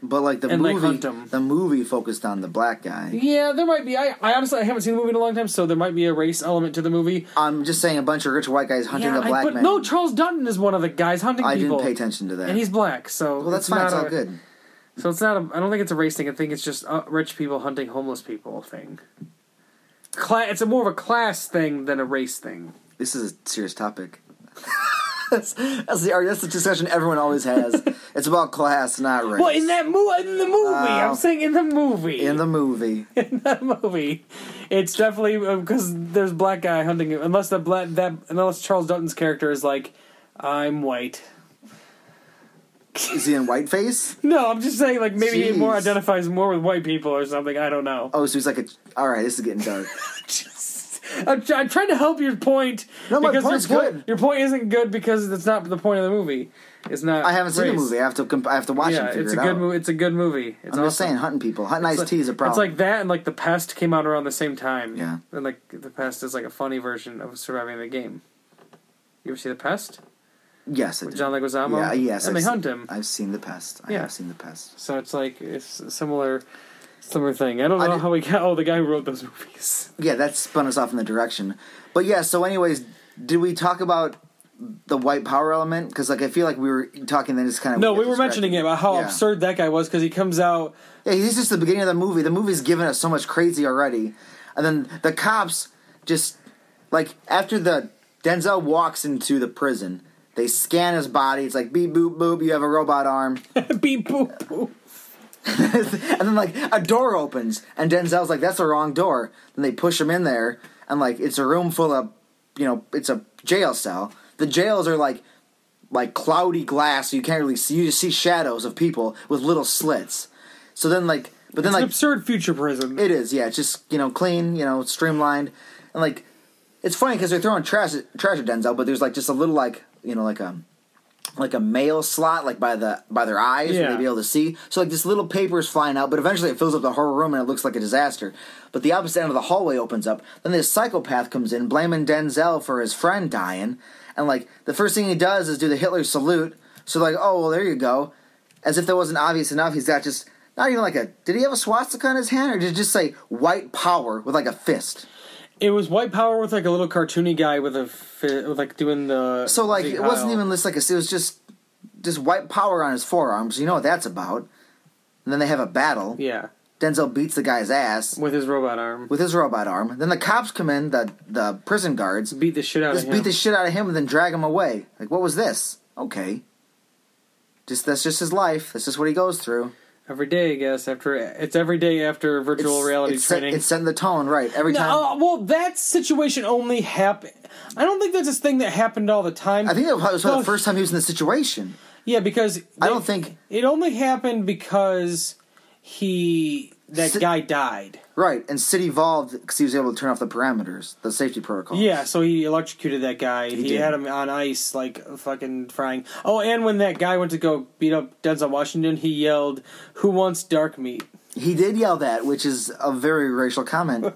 C: but like the
B: and, like,
C: movie,
B: hunt 'em.
C: the movie focused on the black guy.
B: yeah, there might be. I, I honestly I haven't seen the movie in a long time, so there might be a race element to the movie.
C: I'm just saying, a bunch of rich white guys hunting
B: Yeah,
C: a
B: I-
C: black
B: but
C: man.
B: no, Charles Dutton is one of the guys hunting
C: I
B: people,
C: didn't pay attention to that.
B: and he's black. So
C: well, that's
B: it's
C: fine.
B: not
C: It's all
B: a-
C: good.
B: So it's not. A, I don't think it's a race thing. I think it's just uh, rich people hunting homeless people thing. Cla- it's a more of a class thing than a race thing.
C: This is a serious topic. that's, that's the that's the discussion everyone always has. it's about class, not race.
B: Well, in that movie, in the movie,
C: Oh.
B: I'm saying in the movie,
C: in the movie,
B: in that movie, it's definitely because there's black guy hunting. him, Unless the black that unless Charles Dutton's character is like, I'm white.
C: is he in whiteface?
B: No, I'm just saying like maybe he
C: Jeez.
B: more identifies more with white people or something. I don't know.
C: Oh, so he's like a. All right, this is getting dark.
B: Just- I'm, try- I'm trying to help your point.
C: No, my
B: because your
C: point's
B: point-
C: good.
B: Your point isn't good because it's not the point of the movie. It's not.
C: I haven't seen
B: race.
C: the movie. I have to. Comp- I have to watch it.
B: Yeah,
C: And figure
B: it's
C: it
B: a good
C: out.
B: movie. It's a good movie. It's
C: I'm
B: awesome.
C: just saying, hunting people, hunting iced tea is a problem.
B: It's like that and like the pest came out around the same time.
C: Yeah.
B: And like the pest is like a funny version of surviving the game. You ever see the pest?
C: yes, it
B: With
C: did.
B: John Leguizamo.
C: yeah, yes,
B: And
C: I've
B: they
C: se-
B: hunt him.
C: I've seen the pest. I
B: Yeah.
C: have seen the pest.
B: So it's like it's a similar, similar thing. I don't know
C: I did-
B: how we got. Oh, the guy who wrote those movies.
C: Yeah, that spun us off in the direction. But yeah, so anyways, did we talk about the white power element? Because like I feel like we were talking, then it's kind of
B: No, we were mentioning it about how
C: Yeah.
B: absurd that guy was because he comes out.
C: Yeah, this is just the beginning of the movie. The movie's given us so much crazy already, and then the cops just like after the Denzel walks into the prison, they scan his body. It's like beep boop boop. You have a robot arm,
B: Beep boop boop.
C: and then like a door opens, and Denzel's like, "That's the wrong door." Then they push him in there, and like it's a room full of, you know, it's a jail cell. The jails are like like cloudy glass, so you can't really see. You just see shadows of people with little slits. So then like, but then
B: It's an
C: like
B: absurd future prison.
C: It is, yeah. It's just you know clean, you know streamlined, and like it's funny because they're throwing trash trash at Denzel, but there's like just a little like you know like um like a mail slot like by the by their eyes where
B: Yeah.
C: they'd be able to see. So like this little paper is flying out, but eventually it fills up the whole room and it looks like a disaster. But the opposite end of the hallway opens up. Then this psychopath comes in blaming Denzel for his friend dying, and like the first thing he does is do the Hitler salute. So like oh well there you go, as if that wasn't obvious enough. He's got just. Not even like a. Did he have a swastika on his hand, or did it just say "white power" with like a fist?
B: It was white power with like a little cartoony guy with a fi- with like doing the
C: So like
B: the
C: it wasn't
B: aisle.
C: even just like a, it was just just white power on his forearms. You know what that's about. And then they have a battle.
B: yeah
C: Denzel beats the guy's ass
B: with his robot arm
C: with his robot arm. Then the cops come in, the the prison guards
B: beat the shit out
C: just
B: of him.
C: beat the shit out of him and then drag him away. Like what was this? Okay. Just that's just his life. That's just what he goes through.
B: every day, I guess. After it's every day after virtual reality
C: it's set-
B: training.
C: it's setting the tone right every time.
B: no, uh, well, that situation only happened. I don't think that's a thing that happened all the time.
C: I think that was probably
B: No,
C: the first time he was in the situation.
B: yeah, because
C: I
B: they-
C: don't think
B: it only happened because he that
C: Si-
B: guy died.
C: right. And Sid evolved because he was able to turn off the parameters, the safety protocols.
B: Yeah, so he electrocuted that guy. He,
C: did.
B: had him on ice, like fucking frying. Oh, and when that guy went to go beat up Denzel Washington, he yelled, "Who wants dark meat?"
C: He did yell that, which is a very racial comment.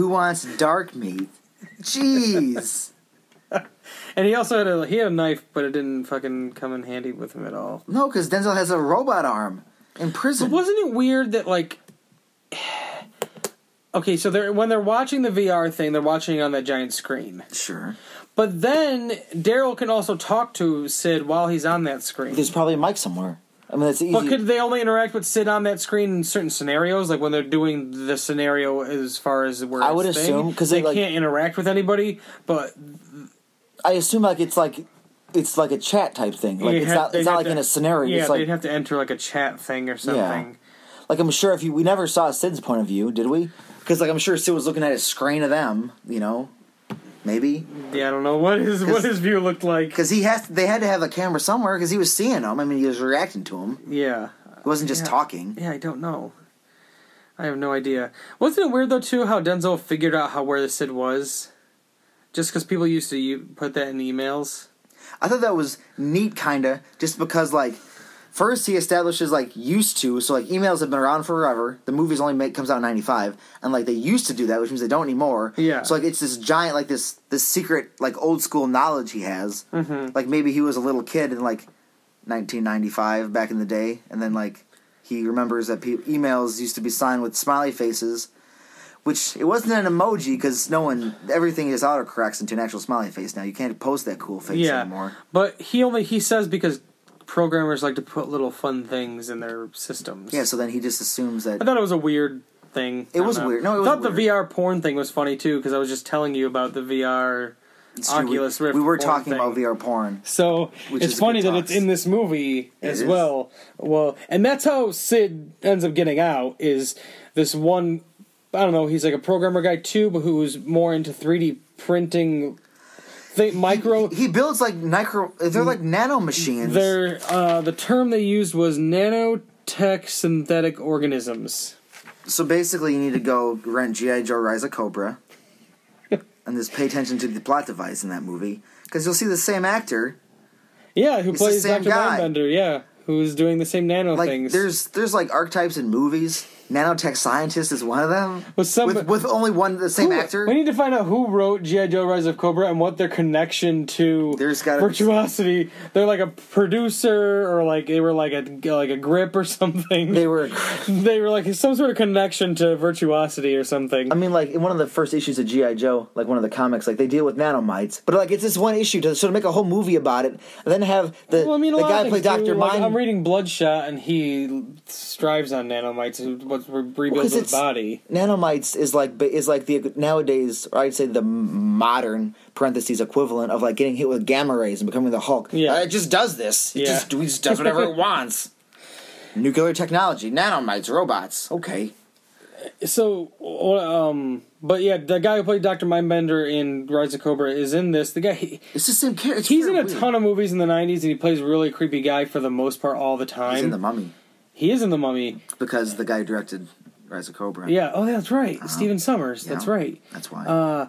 C: Who wants dark meat? Jeez.
B: And he also had a he had a knife, but it didn't fucking come in handy with him at all.
C: No, because Denzel has a robot arm in prison.
B: Wasn't it weird that like Okay, so they're when they're watching the VR thing, they're watching it on that giant screen.
C: Sure.
B: But then Daryl can also talk to Sid while he's on that screen.
C: There's probably a mic somewhere. I mean, that's easy.
B: But could they only interact with Sid on that screen in certain scenarios, like when they're doing the scenario as far as where
C: I
B: it's
C: would
B: thing?
C: assume, 'cause
B: they
C: it, like-
B: can't interact with anybody. But
C: I assume like it's like it's like a chat type thing. Like
B: You'd
C: it's
B: have-
C: not
B: they'd
C: it's not
B: have
C: like
B: to-
C: in a scenario.
B: Yeah,
C: it's like
B: they'd have to enter like a chat thing or something.
C: like I'm sure if you we never saw Sid's point of view, did we? Because like I'm sure Sid was looking at his screen of them, you know, maybe
B: Yeah, I don't know what his what
C: 'Cause-
B: his view looked like.
C: because he has they had to have a camera somewhere because he was seeing them. I mean, he was reacting to them.
B: Yeah,
C: He wasn't just
B: Yeah.
C: talking.
B: yeah, I don't know. I have no idea. Wasn't it weird though too how Denzel figured out how where the Sid was? Just because people used to u- put that in emails.
C: I thought that was neat, kinda, just because like first he establishes like used to, so like emails have been around forever. The movie's only make, comes out in '95, and like they used to do that, which means they don't anymore.
B: Yeah.
C: So like it's this giant like this this secret like old school knowledge he has.
B: Mhm.
C: Like maybe he was a little kid in like 1995 back in the day, and then like he remembers that pe- emails used to be signed with smiley faces. Which it wasn't an emoji because no one, everything is autocorrects into an actual smiley face now. You can't post that cool face
B: yeah,
C: anymore.
B: but he only he says because programmers like to put little fun things in their systems.
C: Yeah, so then he just assumes that.
B: I thought it was a weird thing.
C: It
B: I don't
C: was
B: know.
C: weird. No, it was
B: I thought the
C: weird.
B: VR porn thing was funny too because I was just telling you about the VR
C: It's true,
B: Oculus
C: we,
B: Rift.
C: we were
B: porn
C: talking
B: thing.
C: about VR porn.
B: So
C: Which
B: it's
C: is
B: funny
C: good
B: that it's
C: talks.
B: in this movie as
C: is.
B: well. Well, and that's how Sid ends up getting out is this one. I don't know. He's like a programmer guy too, but who's more into 3D printing, think micro.
C: He builds like micro. They're like nano machines.
B: Their uh, the term they used was nanotech synthetic organisms.
C: so basically, you need to go rent GI Joe: Rise of Cobra, and just pay attention to the plot device in that movie because you'll see the same actor.
B: Yeah, who
C: It's the
B: plays
C: same
B: Doctor
C: guy.
B: Mindbender? Yeah, who's doing the same nano
C: Like
B: things?
C: there's there's like archetypes in movies. Nanotech scientist is one of them.
B: With some-
C: with, with only one the same
B: Who-
C: actor.
B: We need to find out who wrote G.I. Joe Rise of Cobra and what their connection to
C: There's gotta be-
B: virtuosity. They're like a producer or like they were like a like a grip or something.
C: they were.
B: they were like some sort of connection to virtuosity or something.
C: I mean, like in one of the first issues of GI Joe, like one of the comics, like they deal with nanomites, but like it's this one issue to sort of make a whole movie about it, and then have the
B: well, I mean, a
C: the
B: lot
C: guy
B: of
C: play
B: things do,
C: Doctor
B: like,
C: Mind.
B: I'm reading Bloodshot, and he strives on nanomites, who what rebuilds his
C: it's-
B: body.
C: Nanomites is like ba- is like the nowadays, or I'd say the modern parentheses equivalent of like getting hit with gamma rays and becoming the Hulk.
B: Yeah.
C: Uh, it just does this. It
B: Yeah.
C: just, we just does whatever it wants. Nuclear technology, nanomites, robots. Okay,
B: So, um, but yeah, the guy who played Doctor Mindbender in Rise of Cobra is in this. The guy. He,
C: it's the same character. It's
B: He's in
C: very
B: a
C: weird.
B: ton of movies in the '90s, and he plays a really creepy guy for the most part all the time.
C: He's in the Mummy
B: he is in the Mummy.
C: because the guy who directed Rise of Cobra.
B: Yeah. Uh, Oh, that's right. Steven Summers. That's
C: Yeah.
B: right.
C: that's why.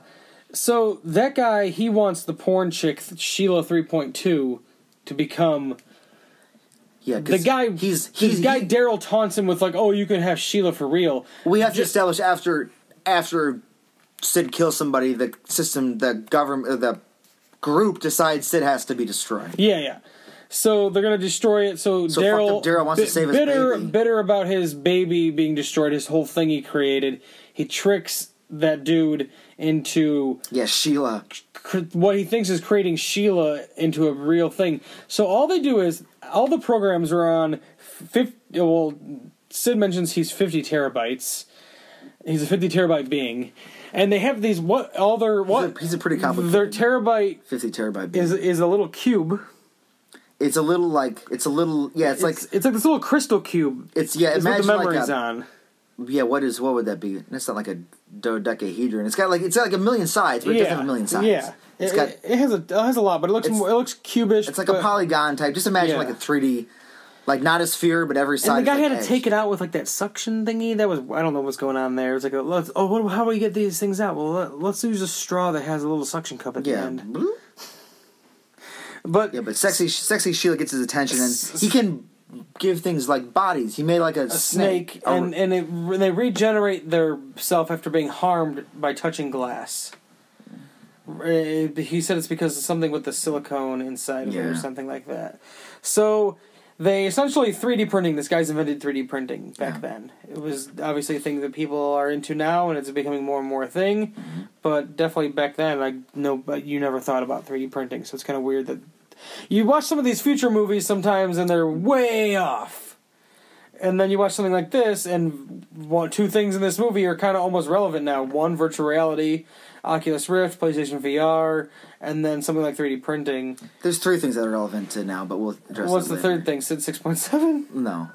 B: So that guy, he wants the porn chick Sheila 3.2 to become the
C: yeah, 'cause
B: guy.
C: He's
B: this
C: he's
B: guy
C: he-
B: Daryl taunts him with like, "Oh, you can have Sheila for real."
C: We have to establish after after Sid kills somebody, the system, the government, uh, the group decides Sid has to be destroyed.
B: Yeah, yeah. So they're gonna destroy it. So,
C: So
B: Daryl,
C: fucked up Daryl wants to save his
B: bitter,
C: baby.
B: bitter about his baby being destroyed, his whole thing he created. He tricks that dude into
C: Yeah, Sheila.
B: cr- what he thinks is creating Sheila into a real thing. So all they do is all the programs are on. 50, well, Sid mentions he's fifty terabytes. He's a fifty terabyte being, and they have these what all their
C: He's
B: what
C: a, he's a pretty complicated.
B: their terabyte
C: fifty terabyte.
B: is
C: Is
B: is a little cube.
C: it's a little like it's a little yeah. It's,
B: It's
C: like
B: it's like this little crystal cube.
C: it's yeah.
B: It's what the
C: Imagine
B: memory's
C: like a,
B: on.
C: yeah. What is what would that be? That's not like a dodecahedron. It's got like it's got like a million sides, but it doesn't have a million sides.
B: Yeah,
C: it's
B: it,
C: got
B: it has a it has a lot, but it looks
C: It's-
B: more, it looks cubish.
C: it's like
B: but-
C: a polygon type. Just imagine
B: Yeah.
C: like a three D, like not a sphere, but every side.
B: And the guy
C: is like
B: had to
C: edged.
B: take it out with like that suction thingy. That was I don't know what's going on there. It's like a, let's oh what, how do we get these things out? Well let, let's use a straw that has a little suction cup at the
C: Yeah.
B: end. But
C: Yeah, but sexy, sexy Sheila gets his attention, and he can give things like bodies. He made like a,
B: a snake,
C: a-
B: and and it, re- they regenerate their self after being harmed by touching glass. Uh, He said it's because of something with the silicone inside of it or
C: Yeah.
B: something like that. So they essentially 3D printing. This guy's invented 3D printing back
C: Yeah.
B: then. It was obviously a thing that people are into now, and it's becoming more and more a thing.
C: Mm-hmm.
B: But definitely back then, I know, but you never thought about 3D printing, so it's kind of weird that you watch some of these future movies sometimes, and they're way off. and then you watch something like this, and one, two things in this movie are kind of almost relevant now. One, virtual reality, Oculus Rift, PlayStation VR, and then something like 3D printing.
C: There's three things that are relevant to now, but we'll address.
B: What's
C: it
B: the
C: later.
B: third thing? Sid 6.7?
C: No,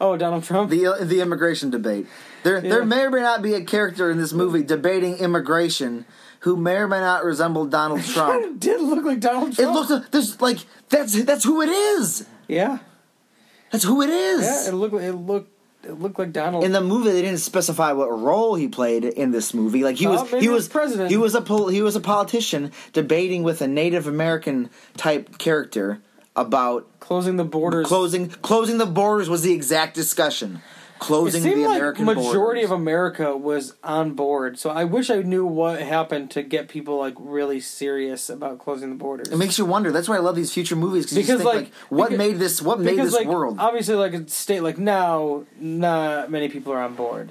B: Oh, Donald Trump?
C: the the immigration debate. There
B: Yeah.
C: there may or may not be a character in this movie debating immigration who may or may not resemble Donald Trump.
B: it did look like Donald
C: it
B: Trump.
C: looks uh, there's like that's that's who it is.
B: Yeah.
C: That's who it is.
B: Yeah, it looked, it looked, it looked like Donald.
C: in the movie they didn't specify what role he played in this movie like he
B: Oh,
C: was
B: maybe he
C: he
B: was
C: was
B: president.
C: he was a pol- he was a politician debating with a native american type character about
B: closing the borders.
C: closing closing the borders was the exact discussion
B: it
C: closing
B: seemed
C: the
B: like
C: american
B: majority
C: borders.
B: of America was on board. So I wish I knew what happened to get people like really serious about closing the borders.
C: it makes you wonder that's why i love these future movies cause you
B: Because,
C: just think,
B: like-
C: like, what
B: because-
C: made this what made this
B: like,
C: world
B: Obviously, like a state like now, not many people are on board.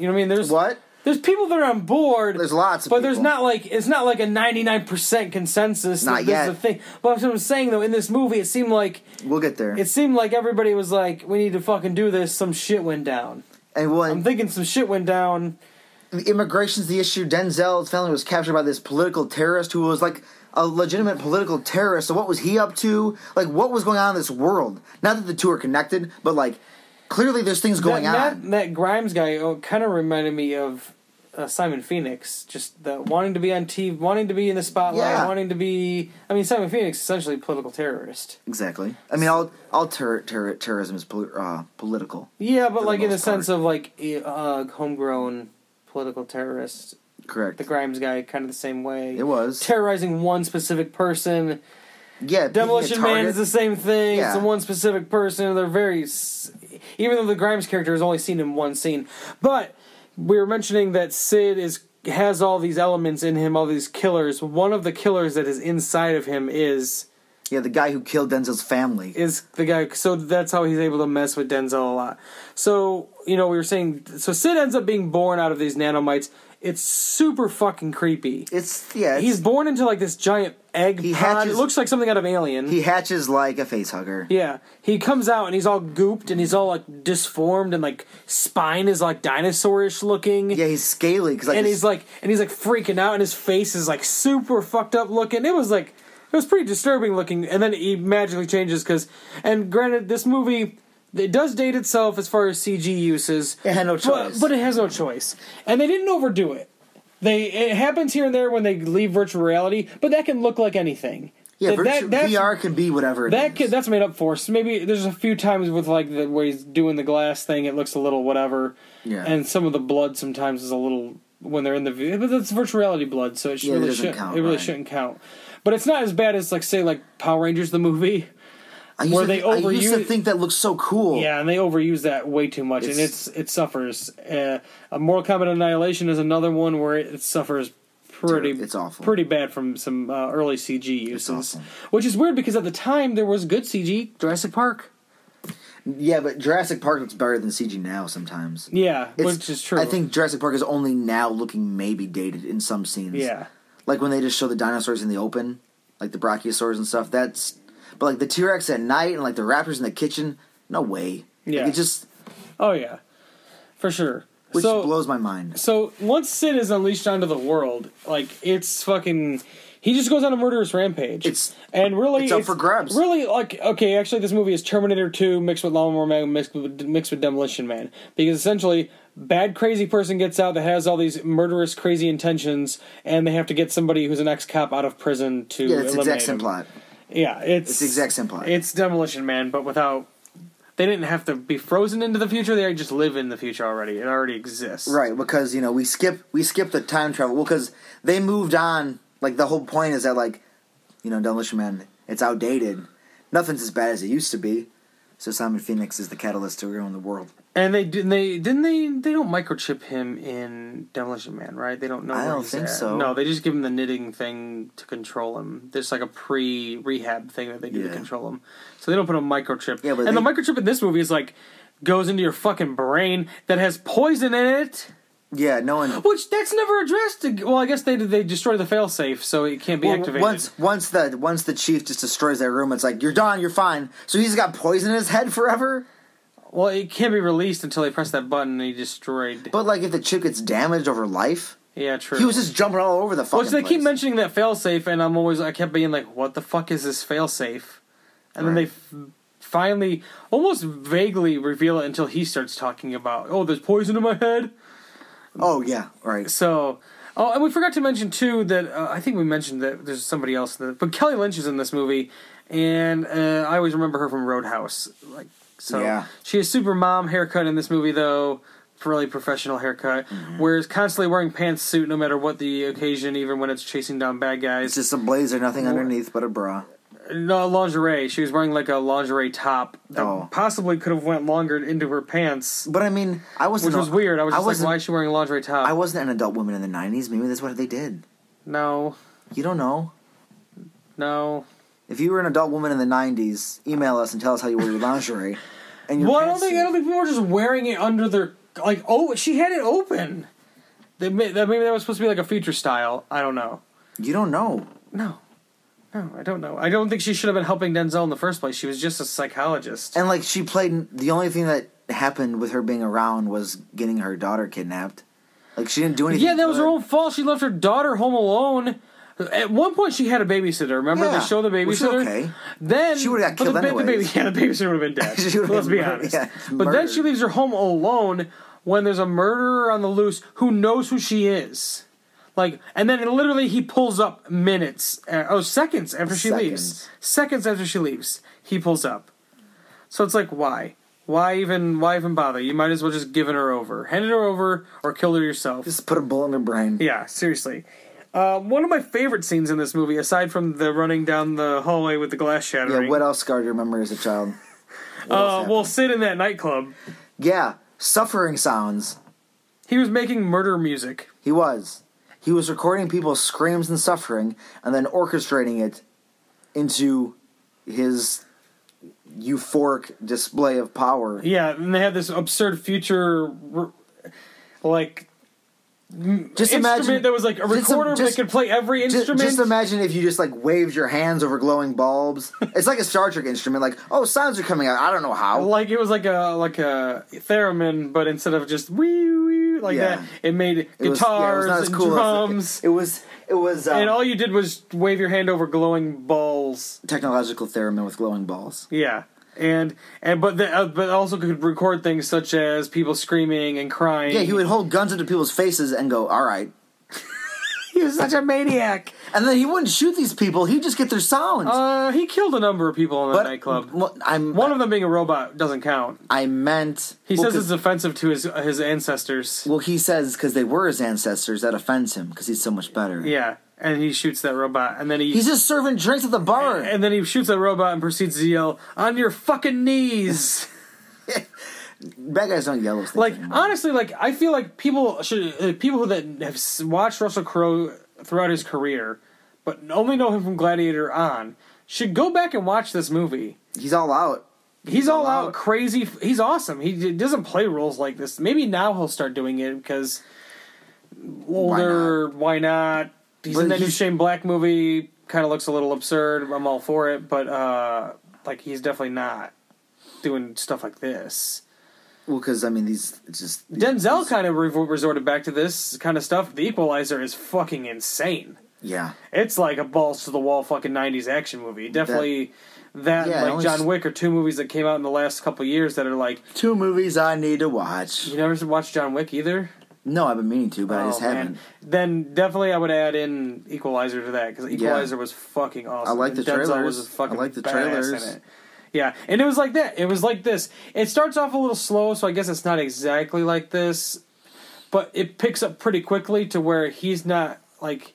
B: You know what I mean? There's
C: what
B: There's people that are on board.
C: There's lots of
B: but there's
C: people.
B: not like it's not like a 99 percent consensus. that
C: Not yet.
B: This is a thing. But what I'm saying though, in this movie, it seemed like
C: we'll get there
B: it seemed like everybody was like, "We need to fucking do this." Some shit went down.
C: and well,
B: I'm thinking some shit went down.
C: immigration's the issue. Denzel's family was captured by this political terrorist who was like a legitimate political terrorist. So what was he up to? Like what was going on in this world? Not that the two are connected, but like clearly there's things going
B: that,
C: on.
B: That, that Grimes guy oh, kind of reminded me of uh, Simon Phoenix, just the wanting to be on TV, wanting to be in the spotlight,
C: Yeah.
B: wanting to be. I mean, Simon Phoenix is essentially a political terrorist.
C: exactly. I mean, all all ter- ter- terrorism is poli- uh, political.
B: Yeah,
C: For
B: but
C: the
B: like in the
C: most part.
B: sense of like i- uh, homegrown political terrorist,
C: Correct.
B: the Grimes guy, kind of the same way.
C: it was.
B: Terrorizing one specific person.
C: yeah. picking a
B: Demolition Man
C: target.
B: is the same thing. It's
C: Yeah.
B: one specific person. They're very, s- even though the Grimes character is only seen in one scene, but we were mentioning that Sid is has all these elements in him, all these killers. One of the killers that is inside of him is
C: yeah the guy who killed Denzel's family.
B: is the guy. So that's how he's able to mess with Denzel a lot. So you know we were saying so Sid ends up being born out of these nanomites. It's super fucking creepy.
C: it's yeah. It's,
B: He's born into like this giant egg
C: He
B: pod.
C: hatches-
B: it looks like something out of Alien.
C: he hatches like a face hugger.
B: Yeah, he comes out and he's all gooped and he's all like disformed and like spine is like dinosaurish looking.
C: Yeah, he's scaly because like
B: and
C: his-
B: he's like and he's like freaking out and his face is like super fucked up looking. It was like it was pretty disturbing looking. And then he magically changes because and granted, this movie. It does date itself as far as CG uses.
C: It had no
B: but-
C: choice.
B: but it has no choice, and they didn't overdo it. They it happens here and there when they leave virtual reality, but that can look like anything.
C: yeah.
B: That- that-
C: virtu-
B: that's-
C: VR can be whatever. it
B: that
C: is.
B: could, that's made up for. So maybe there's a few times with like the where he's doing the glass thing, it looks a little whatever.
C: Yeah.
B: And some of the blood sometimes is a little when they're in the vi- but that's virtual reality blood, so it should
C: Yeah, it
B: really
C: doesn't
B: should
C: count,
B: it really
C: right.
B: shouldn't count. But it's not as bad as like say like Power Rangers the movie.
C: I used,
B: Where
C: to,
B: they
C: I used to
B: overuse-
C: think that looks so cool.
B: Yeah, and they overuse that way too much, and
C: It's-
B: it's it suffers. Uh, a Mortal Kombat Annihilation is another one where it, it suffers pretty.
C: Terrible. It's awful.
B: Pretty bad from some uh, early CG uses,
C: awful.
B: which is weird because at the time there was good CG. Jurassic Park.
C: Yeah, but Jurassic Park looks better than CG now sometimes.
B: Yeah,
C: It's-
B: which is true.
C: I think Jurassic Park is only now looking maybe dated in some scenes.
B: Yeah.
C: Like when they just show the dinosaurs in the open, like the brachiosaurs and stuff. That's but like the T Rex at night and like the raptors in the kitchen. No way. Like,
B: Yeah.
C: it just
B: Oh yeah, for sure.
C: which
B: so
C: blows my mind.
B: so once Sid is unleashed onto the world, like it's fucking. He just goes on a murderous rampage.
C: It's-
B: and really
C: it's up for grabs.
B: Really, like okay, actually, this movie is Terminator Two mixed with Lawnmower Man mixed with mixed with Demolition Man because essentially. Bad crazy person gets out that has all these murderous crazy intentions, and they have to get somebody who's an ex cop out of prison to
C: Yeah, it's the
B: eliminate
C: exact same
B: him.
C: plot.
B: Yeah, it's
C: It's the exact same plot.
B: It's Demolition Man, but without. They didn't have to be frozen into the future. They just live in the future already. It already exists.
C: Right, because you know we skip we skip the time travel. Well, because they moved on. Like the whole point is that like, you know, Demolition Man, it's outdated. Nothing's as bad as it used to be. So Simon Phoenix is the catalyst to ruin the world.
B: And they didn't. They didn't. They they don't microchip him in Demolition Man, right? They don't know.
C: I
B: where
C: don't
B: he's
C: think
B: at.
C: so.
B: No, they just give him the knitting thing to control him. There's like a pre rehab thing that they do to
C: Yeah.
B: control him. So they don't put a microchip.
C: Yeah, but
B: and the
C: they-
B: microchip in this movie is like goes into your fucking brain that has poison in it.
C: Yeah, no one.
B: Which that's never addressed. ag- Well, I guess they they destroy the failsafe, so it can't be
C: Well,
B: activated.
C: once once the once the chief just destroys that room, it's like you're done, you're fine. So he's got poison in his head forever.
B: Well, it can't be released until they press that button and he destroyed.
C: But like, if the chip gets damaged over life,
B: yeah, true.
C: he was just jumping all over the fucking.
B: Well, so they
C: place.
B: keep mentioning that failsafe, and I'm always I kept being like, "What the fuck is this failsafe?" And then they
C: Right.
B: f- finally, almost vaguely, reveal it until he starts talking about, "Oh, there's poison in my head."
C: Oh yeah, right.
B: So, oh, and we forgot to mention too that uh, I think we mentioned that there's somebody else, in the, but Kelly Lynch is in this movie, and uh, I always remember her from Roadhouse. Like, so
C: Yeah.
B: she has super mom haircut in this movie though. Really professional haircut,
C: Mm-hmm.
B: whereas constantly wearing pantsuit no matter what the occasion, even when it's chasing down bad guys.
C: It's just a blazer, nothing underneath but a bra.
B: No lingerie. She was wearing like a lingerie top that
C: Oh.
B: possibly could have went longer into her pants,
C: But I mean, I wasn't.
B: which was weird. I was just like,
C: wasn't-
B: why is she wearing a lingerie top?
C: I wasn't an adult woman in the '90s. Maybe that's what they did.
B: no,
C: You don't know.
B: no.
C: If you were an adult woman in the '90s, email us and tell us how you wore your lingerie. And your
B: Well, I don't
C: pants
B: think I don't think people were just wearing it under their like. Oh, she had it open. They may, that maybe that was supposed to be like a feature style. I don't know.
C: You don't know.
B: No, no, I don't know. I don't think she should have been helping Denzel in the first place. She was just a psychologist.
C: And like, she played. The only thing that happened with her being around was getting her daughter kidnapped. Like, she didn't do anything.
B: Yeah, that was her
C: good.
B: own fault. She left her daughter home alone. At one point, she had a babysitter. Remember,
C: Yeah,
B: they show the babysitter.
C: which is okay.
B: Then
C: She would've got
B: but the
C: killed
B: ba- the, baby,
C: anyways.
B: Yeah, the babysitter would have been dead.
C: She would've
B: Let's
C: been
B: be
C: murdered,
B: honest.
C: yeah,
B: but then
C: murdered.
B: she leaves her home alone when there's a murderer on the loose who knows who she is. Like, and then literally he pulls up minutes, uh, oh seconds after she leaves.
C: Seconds.
B: Seconds after she leaves, he pulls up. So it's like, why? Why even? Why even bother? You might as well just given her over, handed her over, or killed her yourself.
C: Just put a bullet in her brain.
B: Yeah, seriously. Uh, one of my favorite scenes in this movie, aside from the running down the hallway with the glass shattering,
C: Yeah, what else scarred your memory as a child? What else
B: uh,
C: happened?
B: well, Sid in that nightclub,
C: yeah, suffering sounds.
B: he was making murder music.
C: He was. He was recording people's screams and suffering and then orchestrating it into his euphoric display of power.
B: Yeah, and they had this absurd future, r- like
C: Just
B: instrument
C: imagine
B: that was like a
C: just-
B: recorder
C: just-
B: that could play every
C: ju-
B: instrument.
C: Just imagine if you just like waved your hands over glowing bulbs. it's like a Star Trek instrument. Like, oh, sounds are coming out. I don't know how.
B: like it was like a like a theremin, but instead of just wee wee like
C: Yeah.
B: that, it made
C: It was- yeah, it
B: guitars
C: was not as
B: and
C: cool as-
B: drums,
C: It was. It was um,
B: and all you did was wave your hand over glowing balls.
C: technological theremin with glowing balls.
B: Yeah, and and but the, uh, but also could record things such as people screaming and crying.
C: Yeah, he would hold guns into people's faces and go, "All right."
B: he was such a maniac.
C: And then he wouldn't shoot these people. He'd just get their sounds.
B: Uh, he killed a number of people in that
C: but
B: nightclub.
C: well, I'm
B: One of them being a robot doesn't count.
C: I meant
B: He
C: well,
B: says it's
C: 'cause-
B: offensive to his his ancestors.
C: well, he says because they were his ancestors that offends him because he's so much better.
B: Yeah, and he shoots that robot, and then he
C: he's just serving drinks at the bar.
B: and then he shoots that robot and proceeds to yell on your fucking knees.
C: Bad guys don't yell. those things
B: like
C: anymore.
B: honestly, like I feel like people should uh, people that have s- watched Russell Crowe throughout his career, but only know him from Gladiator on, should go back and watch this movie.
C: he's all out.
B: He's, all,
C: all
B: out,
C: out.
B: crazy. f- He's awesome. He d- doesn't play roles like this. Maybe now he'll start doing it because older. Why not? He's
C: But
B: in that new
C: he's-
B: Shane Black movie. Kind of looks a little absurd. I'm all for it, but uh like he's definitely not doing stuff like this.
C: Well, because I mean, these it's just
B: Denzel kind of re- resorted back to this kind of stuff. The Equalizer is fucking insane.
C: yeah.
B: It's like a balls to the wall fucking '90s action movie. Definitely that,
C: Yeah, it
B: like
C: always-
B: John Wick are two movies that came out in the last couple years that are like
C: Two movies I need to watch.
B: you never watched John Wick either.
C: No, I've been meaning to, but I just
B: Oh, man.
C: haven't.
B: Then definitely I would add in Equalizer to that because Equalizer was fucking awesome.
C: I like
B: And
C: the
B: Denzel
C: trailers.
B: Was fucking
C: I like the
B: badass
C: trailers.
B: In it. Yeah, and it was like that. It was like this. It starts off a little slow, so I guess it's not exactly like this, but it picks up pretty quickly to where he's not like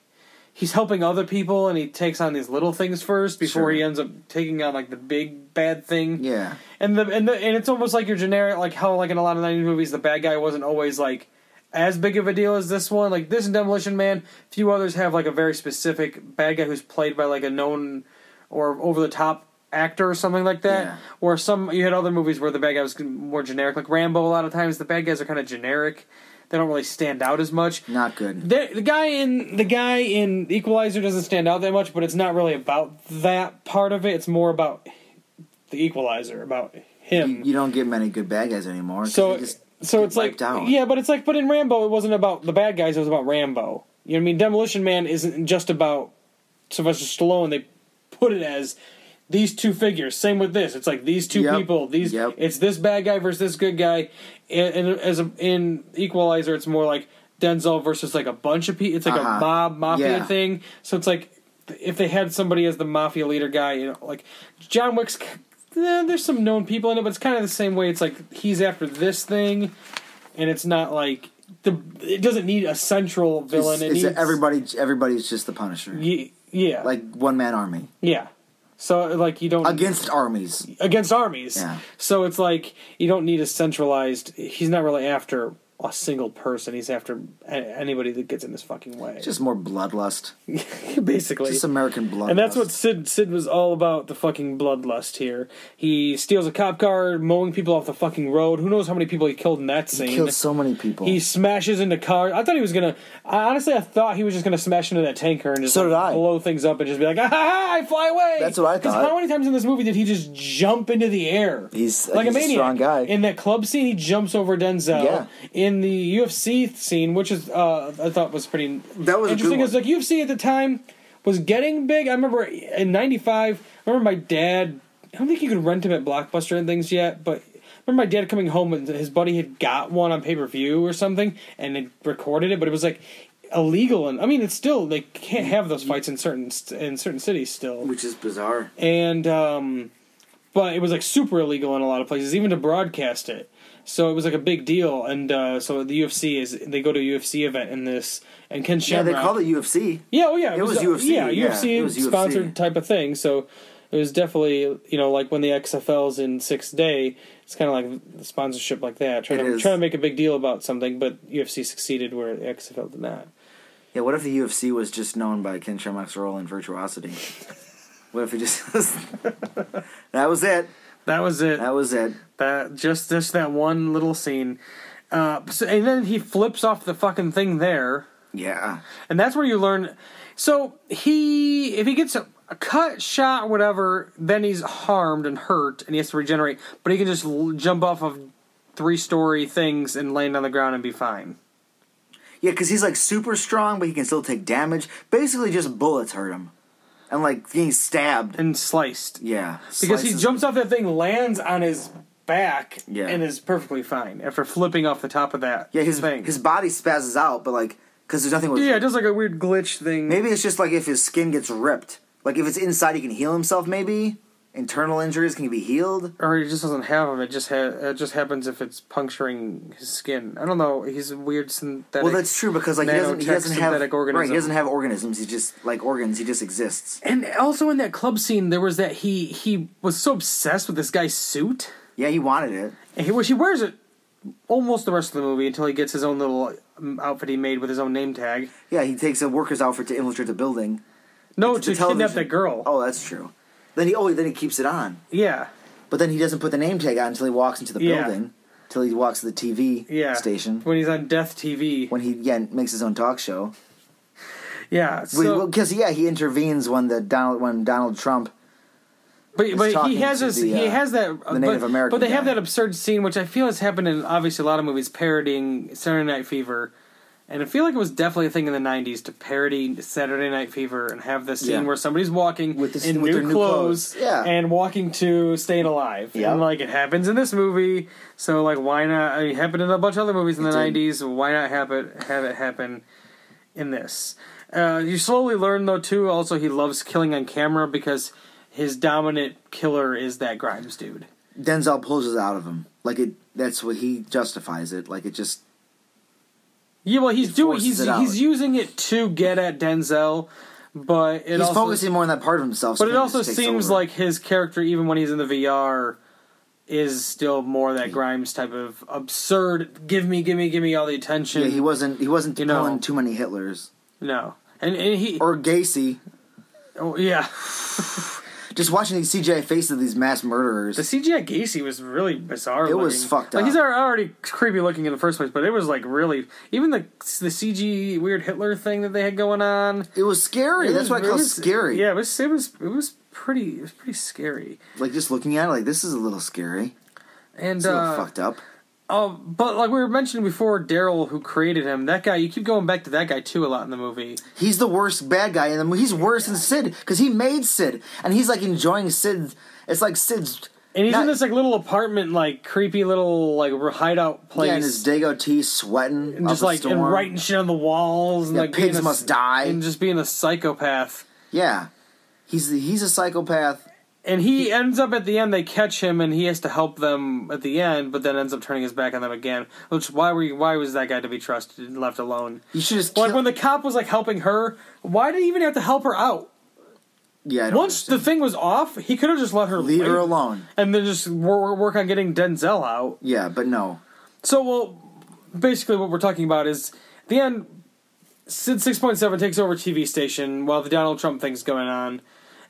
B: he's helping other people and he takes on these little things first before
C: Sure.
B: he ends up taking on like the big bad thing.
C: Yeah,
B: And the and the and it's almost like your generic like how like in a lot of nineties movies the bad guy wasn't always like as big of a deal as this one. Like this and Demolition Man, few others have like a very specific bad guy who's played by like a known or over the top actor or something like that.
C: Yeah.
B: Or some you had other movies where the bad guy was more generic. Like Rambo, a lot of times the bad guys are kind of generic. They don't really stand out as much.
C: not good.
B: The, the guy in the guy in Equalizer doesn't stand out that much, but it's not really about that part of it. It's more about the Equalizer, about him.
C: You don't get many good bad guys anymore. 'cause
B: so
C: they just
B: so
C: get
B: it's like
C: wiped out.
B: yeah, but it's like but in Rambo it wasn't about the bad guys, it was about Rambo. You know what I mean? Demolition Man isn't just about Sylvester Stallone. They put it as these two figures. Same with this. It's like these two
C: Yep.
B: people. These
C: Yep.
B: it's this bad guy versus this good guy. And, and as a, in Equalizer, it's more like Denzel versus like a bunch of people. It's like
C: Uh-huh.
B: a mob mafia
C: Yeah.
B: thing. So it's like if they had somebody as the mafia leader guy, you know, like John Wick's. eh, There's some known people in it, but it's kind of the same way. It's like he's after this thing, and it's not like the. It doesn't need a central villain.
C: It's,
B: it
C: it's
B: needs,
C: everybody. Everybody's just the Punisher.
B: Ye- Yeah, like
C: Like one man army
B: yeah. So like you don't
C: against armies.
B: against armies.
C: Yeah.
B: So it's like you don't need a centralized. He's not really after a single person. He's after a- anybody that gets in his fucking way.
C: It's Just more bloodlust.
B: basically.
C: Just American bloodlust.
B: and that's what Sid Sid was all about the fucking bloodlust here. He steals a cop car, mowing people off the fucking road. Who knows how many people he killed in that scene?
C: killed so many people.
B: he smashes into cars. I thought he was gonna. I, honestly, I thought he was just gonna smash into that tanker and just
C: So did
B: like,
C: I.
B: blow things up and just be like, ah, ha, ha, I fly away.
C: That's what I
B: Because
C: thought.
B: how many times in this movie did he just jump into the air?
C: He's- he's a strong guy.
B: In that club scene, he jumps over Denzel.
C: Yeah.
B: In the UFC scene, which is uh, I thought was pretty
C: That was a good
B: interesting.
C: one.
B: Is like UFC at the time was getting big. I remember in '95. I remember my dad. I don't think you could rent him at Blockbuster and things yet, but I remember my dad coming home and his buddy had got one on pay per view or something and had recorded it, but it was like illegal. And I mean, it's still they can't have those fights in certain st- in certain cities still.
C: which is bizarre.
B: And um, but it was like super illegal in a lot of places, even to broadcast it. So it was like a big deal, and uh, so the UFC is they go to a UFC event in this, and Ken
C: Yeah,
B: Shamrock.
C: they call it UFC.
B: Yeah, oh yeah,
C: It was
B: uh,
C: UFC,
B: Yeah,
C: yeah,
B: UFC
C: it was UFC.
B: sponsored type of thing. So it was definitely you know like when the XFL's in six day, it's kind of like the sponsorship like that, trying
C: It
B: to
C: is.
B: trying to make a big deal about something, but UFC succeeded where the XFL did not.
C: Yeah, what if the UFC was just known by Ken Shamrock's role in Virtuosity? what if it just that was it?
B: That was it.
C: That was it.
B: That just just that one little scene, uh, so, and then he flips off the fucking thing there.
C: Yeah,
B: and that's where you learn. So he, if he gets a, a cut, shot, whatever, then he's harmed and hurt, and he has to regenerate. But he can just l- jump off of three-story things and land on the ground and be fine.
C: yeah, because he's like super strong, but he can still take damage. Basically, just bullets hurt him, and like getting stabbed.
B: And sliced
C: Yeah,
B: because he
C: slices-
B: jumps off that thing, lands on his back,
C: Yeah.
B: and is perfectly fine after flipping off the top of that.
C: Yeah, his
B: thing.
C: his body spazzes out, but like because there's nothing. With,
B: yeah, just like a weird glitch thing.
C: Maybe it's just like if his skin gets ripped. Like if it's inside, he can heal himself. Maybe internal injuries can be healed.
B: or he just doesn't have them. It just ha- it just happens if it's puncturing his skin. I don't know. He's a weird synthetic.
C: Well, that's true because like he doesn't he
B: nanotech
C: doesn't have
B: synthetic
C: right.
B: organism.
C: He doesn't have organisms. He just like organs. He just exists.
B: And also in that club scene, there was that he he was so obsessed with this guy's suit,
C: Yeah, he wanted it.
B: and he which he wears it almost the rest of the movie until he gets his own little um, outfit he made with his own name tag.
C: Yeah, he takes a worker's outfit to infiltrate the building.
B: No,
C: It's
B: to
C: the
B: kidnap
C: television.
B: that girl.
C: Oh, that's true. Then he oh then he keeps it on,
B: Yeah,
C: but then he doesn't put the name tag on until he walks into the
B: Yeah.
C: building, until he walks to the TV
B: yeah.
C: station
B: when he's on Death TV.
C: when he yeah makes his own talk show.
B: yeah,
C: Because
B: so,
C: yeah, he intervenes when the Donald when Donald Trump
B: but but he
C: talking
B: has
C: to
B: this.
C: the,
B: he
C: uh,
B: has that.
C: the Native
B: but,
C: American
B: But they have
C: guy.
B: that absurd scene, which I feel has happened in obviously a lot of movies parodying Saturday Night Fever. And I feel like it was definitely a thing in the '90s to parody Saturday Night Fever and have this scene
C: Yeah.
B: where somebody's walking
C: With this-
B: in
C: with
B: new,
C: their new
B: clothes,
C: clothes. Yeah.
B: and walking to Staying Alive.
C: Yeah.
B: And like it happens in this movie, so like why not? I mean, it happened in a bunch of other movies in the
C: did.
B: '90s. Why not have it have it happen in this? Uh, you slowly learn though too. Also, he loves killing on camera because his dominant killer is that Grimes dude.
C: Denzel pulls it out of him. Like it that's what he justifies it. Like it just
B: Yeah, well, he's
C: He
B: doing
C: forces
B: he's
C: it out.
B: he's using it to get at Denzel, but it
C: he's
B: also
C: focusing more on that part of himself. so
B: but it
C: then
B: also
C: just takes
B: seems
C: over.
B: like his character, even when he's in the VR, is still more that Grimes type of absurd. Give me, give me, give me all the attention.
C: yeah, he wasn't he wasn't
B: You know.
C: pulling too many Hitlers
B: no, and and he
C: or Gacy.
B: oh, yeah,
C: Just watching these CGI faces of these mass murderers.
B: the CGI Gacy was really bizarre.
C: It was
B: looking.
C: fucked
B: Like
C: up.
B: he's al- already creepy looking in the first place, but it was like really even the the CG weird Hitler thing that they had going on.
C: it was scary.
B: It was-
C: that's why I call it
B: was-
C: scary.
B: Yeah, it was it was it was pretty it was pretty scary.
C: Like just looking at it, like this is a little scary.
B: And
C: It's a little
B: uh,
C: fucked up.
B: oh, but like we were mentioning before, Daryl, who created him, that guy. You keep going back to that guy too a lot in the movie.
C: He's the worst bad guy in the movie. He's worse than Sid because he made Sid, and he's like enjoying Sid. It's like Sid's.
B: And he's
C: not-
B: in this like little apartment, like creepy little like hideout place,
C: yeah, in his Dago tee, sweating,
B: and just like and writing shit on the walls, and
C: Yeah,
B: like being
C: pigs
B: a-
C: must die.
B: and just being a psychopath.
C: Yeah, he's he's a psychopath.
B: And he ends up at the end. They catch him, and he has to help them at the end, but then ends up turning his back on them again. Which why were you, why was that guy to be trusted and left alone?
C: You should just
B: Like
C: kill-
B: when the cop was like helping her, why did he even have to help her out?
C: yeah. I don't
B: Once the thing was off, he could have just let her
C: leave her
B: leave
C: alone.
B: and then just wor- work on getting Denzel out.
C: Yeah, but no.
B: So, well, basically, what we're talking about is at the end. Sid six point seven takes over TV station while the Donald Trump thing's going on,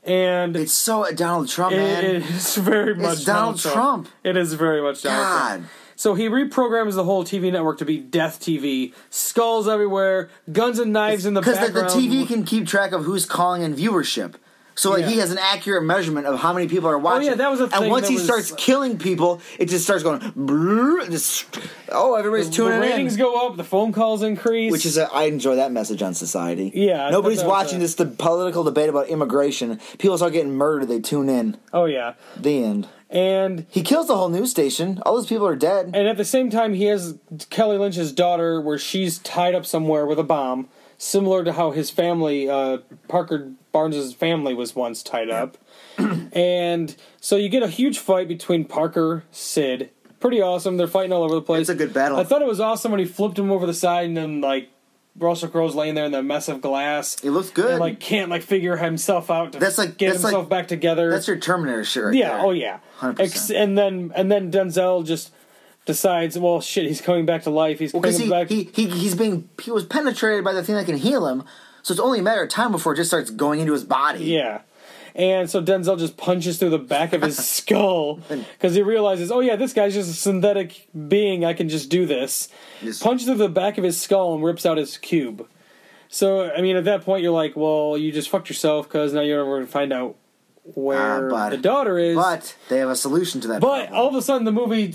B: and
C: It's so uh, Donald Trump, man.
B: it is very much
C: Donald Trump.
B: It is very much Donald
C: God.
B: Trump. So he reprograms the whole TV network to be death TV, skulls everywhere, guns and knives in the
C: Because the,
B: background.
C: the TV can keep track of who's calling in viewership. So like
B: Yeah. Oh,
C: he has an accurate measurement of how many people are watching.
B: yeah, that was a thing
C: And once
B: that
C: he
B: was-
C: starts killing people, it just starts going. brrr, and just- oh, everybody's
B: the
C: tuning in.
B: ratings go up, the phone calls increase,
C: Which is a, I enjoy that message on society.
B: Yeah, I
C: nobody's
B: thought that was
C: watching
B: a-
C: this the political debate about immigration. People start getting murdered. They tune in.
B: oh yeah,
C: The end.
B: and
C: He kills the whole news station. All those people are dead.
B: and at the same time he has Kelly Lynch's daughter, where she's tied up somewhere with a bomb, similar to how his family, uh, Parker Barnes's family, was once tied up. and so you get a huge fight between Parker, Sid. Pretty awesome. They're fighting all over the place.
C: It's a good battle.
B: I thought it was awesome when he flipped him over the side and then like Russell Crowe's laying there in the mess of glass.
C: it looks good.
B: and like can't like figure himself out to
C: That's like-
B: get
C: that's like-
B: himself back together.
C: That's your Terminator shirt. Right
B: Yeah.
C: there.
B: Oh yeah.
C: 100%.
B: Ex- and then and then Denzel just decides, well, shit, he's coming back to life. He's
C: because
B: coming
C: he,
B: back.
C: he, he he's being he was penetrated by the thing that can heal him so it's only a matter of time before it just starts going into his body
B: yeah. And so Denzel just punches through the back of his skull because he realizes, oh yeah, this guy's just a synthetic being. I can just do this.
C: Yes.
B: Punches through the back of his skull and rips out his cube. So I mean, at that point, you're like, well, you just fucked yourself because now you're never going to find out where
C: Ah, but-
B: the daughter is.
C: but they have a solution to that
B: but
C: problem.
B: all of a sudden, the movie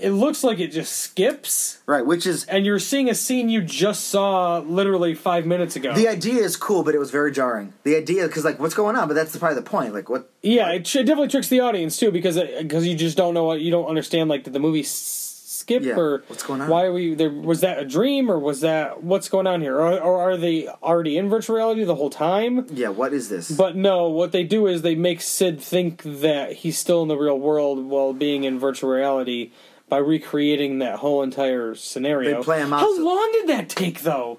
B: it looks like it just skips.
C: right which is
B: and you're seeing a scene you just saw literally five minutes ago.
C: the idea is cool but it was very jarring the idea because like what's going on but that's probably the point like what
B: yeah, it, tr- it definitely tricks the audience too because because you just don't know what you don't understand. Like did the movie s- skip
C: Yeah,
B: or
C: what's going on?
B: Why are we there? Was that a dream or was that what's going on here? Or, or are they already in virtual reality the whole time?
C: yeah what is this
B: But no, what they do is they make Sid think that he's still in the real world while being in virtual reality by recreating that whole entire scenario.
C: They play him out
B: How
C: so-
B: long did that take though?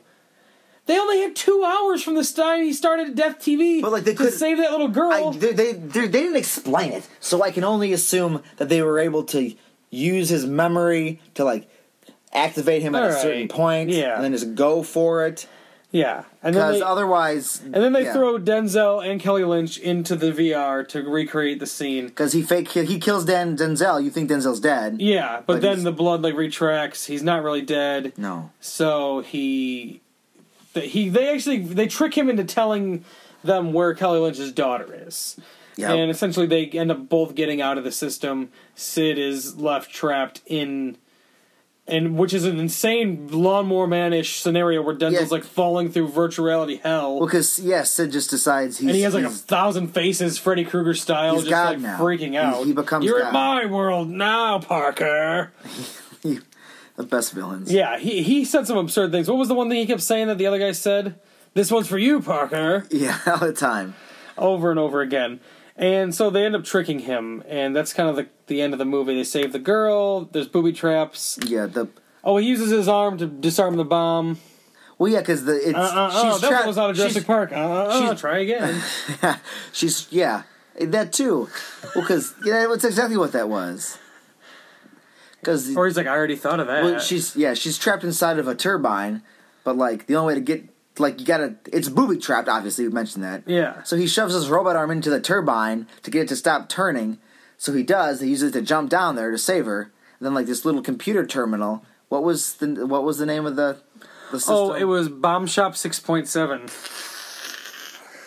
B: They only had two hours from the time he started Death TV
C: But, like, they
B: to
C: could-
B: save that little girl.
C: I, they, they, they, they didn't explain it so i can only assume that they were able to use his memory to like activate him at a
B: All
C: certain
B: right.
C: point
B: Yeah.
C: and then just go for it
B: yeah, and then
C: because
B: they,
C: otherwise
B: and then they
C: yeah.
B: throw Denzel and Kelly Lynch into the VR to recreate the scene.
C: Because he fake he kills Dan Denzel. You think Denzel's dead?
B: Yeah, but,
C: But
B: then
C: he's-
B: the blood like retracts. He's not really dead.
C: No.
B: So he, that he, they actually they trick him into telling them where Kelly Lynch's daughter is,
C: Yeah.
B: and essentially they end up both getting out of the system. Sid is left trapped in, and which is an insane lawnmower manish scenario where Denzel's
C: Yeah.
B: like falling through virtual reality hell.
C: Because yeah, Sid just decides he's
B: and he has like a
C: he's-
B: thousand faces, Freddy Krueger style,
C: He's
B: just
C: God
B: like
C: now.
B: freaking out.
C: He- he becomes
B: You're in
C: God.
B: my world now, Parker.
C: the best villains.
B: Yeah, he he said some absurd things. What was the one thing he kept saying that the other guy said? This one's for you, Parker,
C: Yeah, all the time.
B: over and over again. And so they end up tricking him, and that's kind of the the end of the movie. They save the girl. There's booby traps.
C: Yeah, the
B: Oh, he uses his arm to disarm the bomb.
C: well, yeah, because the it's
B: Uh, uh, uh,
C: she's
B: that
C: trapped.
B: was out of Jurassic
C: she's,
B: Park. Uh, uh, uh,
C: she's-
B: try again.
C: she's yeah, that too. Well, because yeah, that's exactly what that was. Because
B: or he's like, I already thought of that.
C: well, she's yeah, she's trapped inside of a turbine, but like the only way to get like you gotta it's booby trapped. Obviously, we mentioned that.
B: yeah.
C: So he shoves his robot arm into the turbine to get it to stop turning. So he does. He uses it to jump down there to save her. And then like this little computer terminal. What was the what was the name of the the system?
B: Oh, it was Bomb Shop 6.7.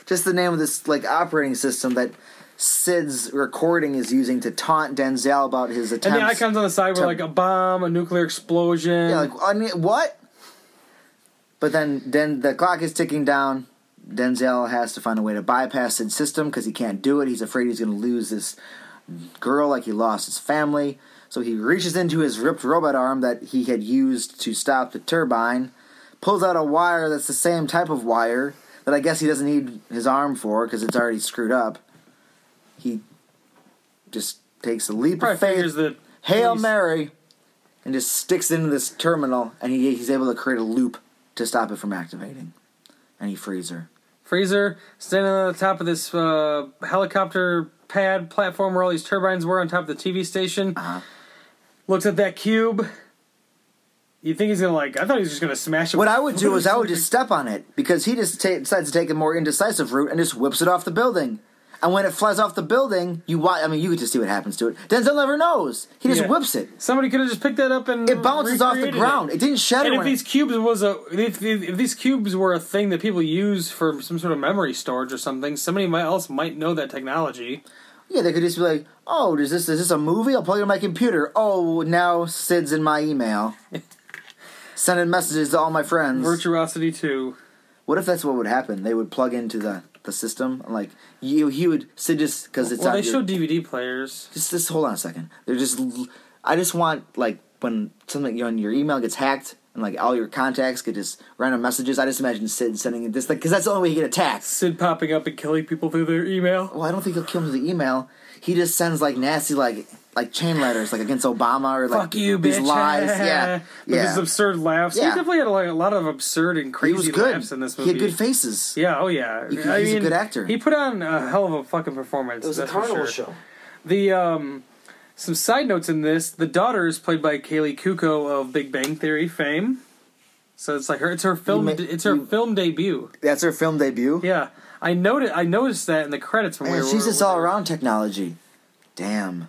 C: just the name of this like operating system that Sid's recording is using to taunt Denzel about his
B: And
C: attempts.
B: the icons on the side were
C: Tem-
B: like a bomb, a nuclear explosion.
C: Yeah, like I mean, what? But then, then the clock is ticking down. Denzel has to find a way to bypass Sid's system because he can't do it. He's afraid he's going to lose this girl, like he lost his family. So he reaches into his ripped robot arm that he had used to stop the turbine, pulls out a wire that's the same type of wire that I guess he doesn't need his arm for because it's already screwed up. He just takes a leap
B: Probably
C: of faith.
B: figures that
C: Hail
B: police-
C: Mary, and just sticks it into this terminal, and he, he's able to create a loop to stop it from activating. And he frees her.
B: Freezer standing on the top of this uh, helicopter pad platform where all these turbines were on top of the TV station.
C: Uh-huh.
B: Looks at that cube. You think he's gonna like? I thought he was just gonna smash it.
C: What I would do is I would just step on it because he just ta decides to take a more indecisive route and just whips it off the building. And when it flies off the building, you watch. I mean, you get to see what happens to it. Denzel never knows. He just
B: Yeah.
C: whips it.
B: Somebody could have just picked that up and
C: It bounces off the
B: recreated it.
C: ground. It, didn't shatter.
B: And if
C: when it-
B: these cubes was a if, if, if these cubes were a thing that people use for some sort of memory storage or something, somebody mi- else might know that technology.
C: Yeah, they could just be like, "Oh, is this is this a movie? I'll plug it in my computer. Oh, now Sid's in my email, sending messages to all my friends."
B: Virtuosity two.
C: what if that's what would happen? They would plug into the the system, and, like you, he would Sid just because it's
B: Well,
C: on
B: they
C: your-
B: show DVD players.
C: Just, just hold on a second. They're just. l- I just want like when something you know, your email gets hacked and like all your contacts get just random messages. I just imagine Sid sending it this because that's the only way he get attacked.
B: Sid popping up and killing people through their email.
C: well, I don't think he'll kill him with the email. He just sends like nasty like like chain letters like against Obama or like
B: Fuck you,
C: these
B: bitch!
C: lies. Yeah,
B: With his
C: yeah.
B: absurd laughs. He
C: Yeah.
B: definitely had like a lot of absurd and
C: he
B: crazy
C: was good.
B: laughs in this
C: He
B: movie.
C: had good faces.
B: yeah, oh yeah.
C: He- he's a good actor.
B: He put on a hell of a fucking performance. that's for sure. The um, some side notes in this: the daughter is played by Kaylee Kuko of Big Bang Theory fame. So it's like her, it's her film,
C: ma-
B: it's her
C: you-
B: film debut.
C: That's her film debut.
B: Yeah, I noted, I noticed that in the credits when
C: Man,
B: we were.
C: she's just all around technology. Damn,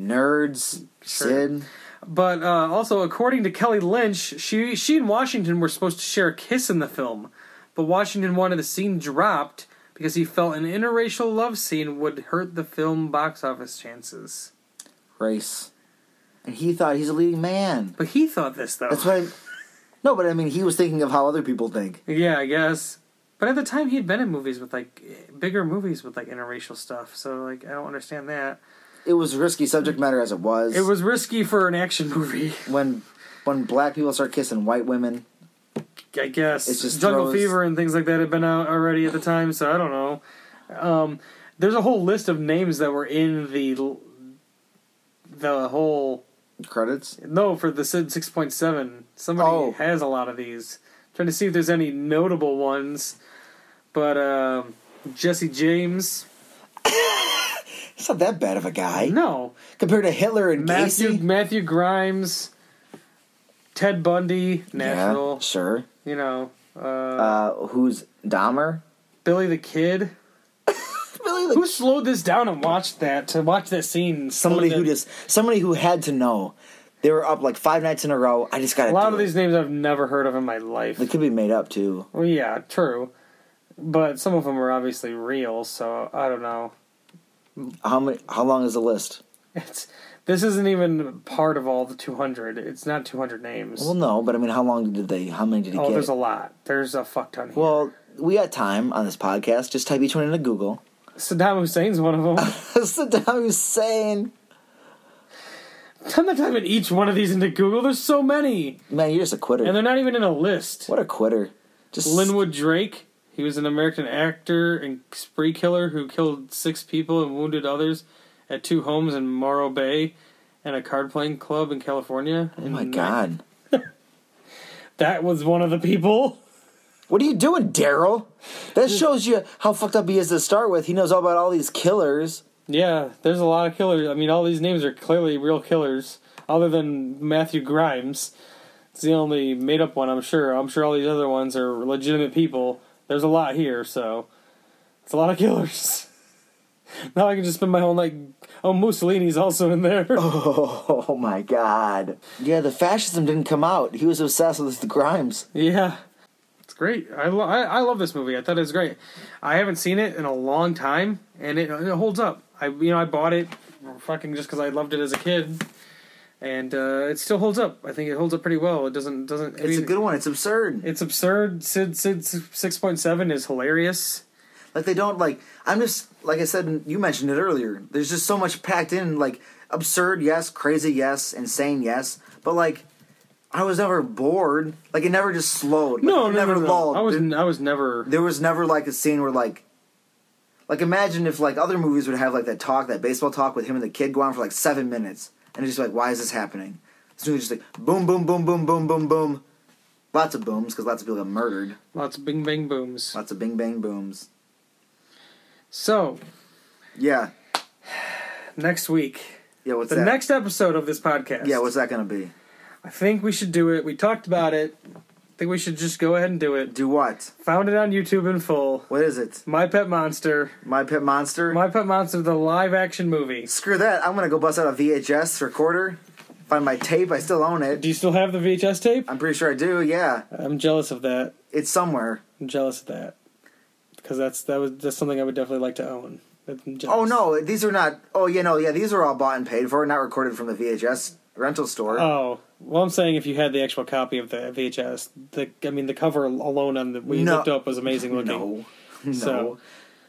C: nerds. Sid.
B: But uh, also, according to Kelly Lynch, she she and Washington were supposed to share a kiss in the film, but Washington wanted the scene dropped because he felt an interracial love scene would hurt the film box office chances.
C: race. And he thought he's a leading man.
B: But he thought this though.
C: That's what I'm. No, but I mean, he was thinking of how other people think.
B: Yeah, I guess. But at the time, he had been in movies with like bigger movies with like interracial stuff. So like, I don't understand that.
C: It was risky subject matter as it was.
B: It was risky for an action movie,
C: when when black people start kissing white women.
B: I guess.
C: It just
B: Jungle
C: throws-
B: Fever and things like that had been out already at the time, so I don't know. Um, there's a whole list of names that were in the l- the whole
C: Credits.
B: no for the Sid six point seven. Somebody
C: Oh.
B: has a lot of these. Trying to see if there's any notable ones, but um, Jesse James.
C: He's not that bad of a guy
B: No,
C: compared to Hitler and
B: Matthew
C: Gacy.
B: Matthew Grimes, Ted Bundy,
C: Yeah,
B: National,
C: sure.
B: you know, uh,
C: Uh, who's Dahmer?
B: Billy the Kid.
C: Really,
B: Who
C: like
B: slowed this down and watched that to watch that scene?
C: somebody
B: slowed
C: who
B: down-
C: just somebody who had to know. They were up like five nights in a row. I just got
B: a lot of these names I've never heard of in my life.
C: They could be made up too.
B: well, yeah, true, but some of them are obviously real, so I don't know.
C: How many? How long is the list?
B: It's this isn't even part of all the two hundred. It's not two hundred names.
C: Well, no, but I mean, how long did they? How many did he
B: oh,
C: get?
B: there's a lot. There's a fuck ton. Here.
C: Well, we got time on this podcast. Just type each one into Google.
B: Saddam Hussein's one of them.
C: Saddam Hussein.
B: Time to type in each one of these into Google. There's so many.
C: Man, you're just a quitter.
B: And they're not even in a list.
C: what a quitter. Just
B: Linwood Drake, he was an American actor and spree killer who killed six people and wounded others at two homes in Morro Bay and a card playing club in California.
C: Oh my god.
B: That was one of the people.
C: What are you doing, Daryl? That shows you how fucked up he is to start with. He knows all about all these killers.
B: Yeah, there's a lot of killers. I mean, all these names are clearly real killers, other than Matthew Grimes. It's the only made up one, I'm sure. I'm sure all these other ones are legitimate people. There's a lot here, so it's a lot of killers. now I can just spend my whole night. Oh, Mussolini's also in there.
C: Oh my god. Yeah, the fascism didn't come out. He was obsessed with the Grimes.
B: Yeah, it's great. I, lo- I I love this movie. I thought it was great. I haven't seen it in a long time, and it, it holds up. I you know I bought it fucking just because I loved it as a kid, and uh, it still holds up. I think it holds up pretty well. It doesn't doesn't. I
C: It's a
B: mean,
C: good one. It's absurd.
B: It's absurd. Sid Sid six point seven is hilarious.
C: Like they don't like. I'm just like I said. and You mentioned it earlier. There's just so much packed in. Like absurd, yes. Crazy, yes. Insane, yes. But like, I was never bored. Like it never just slowed. Like,
B: No,
C: it
B: no,
C: never
B: no, no.
C: lulled.
B: I was
C: There-
B: I was never.
C: there was never like a scene where like, like imagine if like other movies would have like that talk, that baseball talk with him and the kid go on for like seven minutes, and it's just like, why is this happening? This movie's just like boom, boom, boom, boom, boom, boom, boom. Lots of booms because lots of people got murdered.
B: Lots of bing bang booms.
C: Lots of bing, bang, booms.
B: So
C: Yeah,
B: next week,
C: yeah. What's
B: the
C: that?
B: next episode of this podcast.
C: Yeah, what's that gonna be?
B: I think we should do it. We talked about it. I think we should just go ahead and do it.
C: Do what?
B: Found it on YouTube in full.
C: What is it?
B: My Pet Monster.
C: My Pet Monster?
B: My Pet Monster, the live action movie.
C: Screw that. I'm gonna go bust out a VHS recorder, find my tape. I still own it.
B: Do you still have the VHS tape?
C: I'm pretty sure I do, yeah.
B: I'm jealous of that.
C: It's somewhere.
B: I'm jealous of that because that's that was that's something I would definitely like to own. I'm jealous.
C: Oh no, these are not. Oh, yeah, no, yeah, these are all bought and paid for, not recorded from the VHS rental store.
B: Oh, well, I'm saying if you had the actual copy of the VHS, the I mean, the cover alone on the we
C: No.
B: looked up was amazing looking.
C: no. No.
B: So-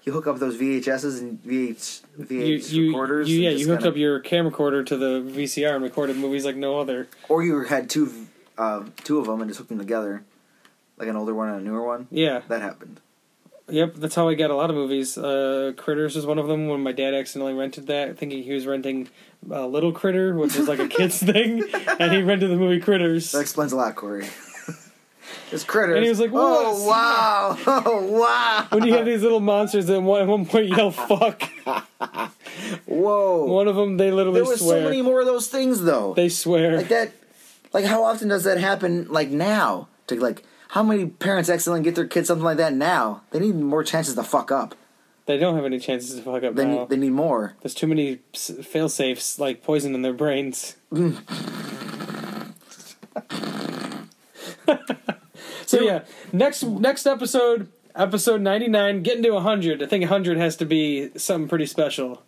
C: you hook up those VHSs and VH,
B: You,
C: VH
B: you,
C: recorders.
B: you,
C: and
B: yeah,
C: just
B: you hooked
C: kinda-
B: up your camera recorder to the VCR and recorded movies like no other.
C: Or you had two, uh, two of them and just hooked them together, like an older one and a newer one.
B: Yeah,
C: That happened.
B: yep, that's how I got a lot of movies. Uh, Critters was one of them. When my dad accidentally rented that, thinking he was renting uh, Little Critter, which was like a kids thing, and he rented the movie Critters.
C: That explains a lot, Corey. It's critters.
B: And he was like,
C: "Oh
B: "Whoa,
C: wow, oh wow,
B: when you have these little monsters that one, at one point yell "fuck,"
C: whoa."
B: one of them they literally
C: there was
B: swear.
C: so many more of those things, though.
B: They swear.
C: like that, like how often does that happen? Like now, to like how many parents accidentally get their kids something like that now? They need more chances to fuck up.
B: They don't have any chances to fuck up
C: They
B: now.
C: need, they need more.
B: There's too many s- fail safes, like poison in their brains. so yeah, next next episode, episode 99, getting to 100. I think 100 has to be something pretty special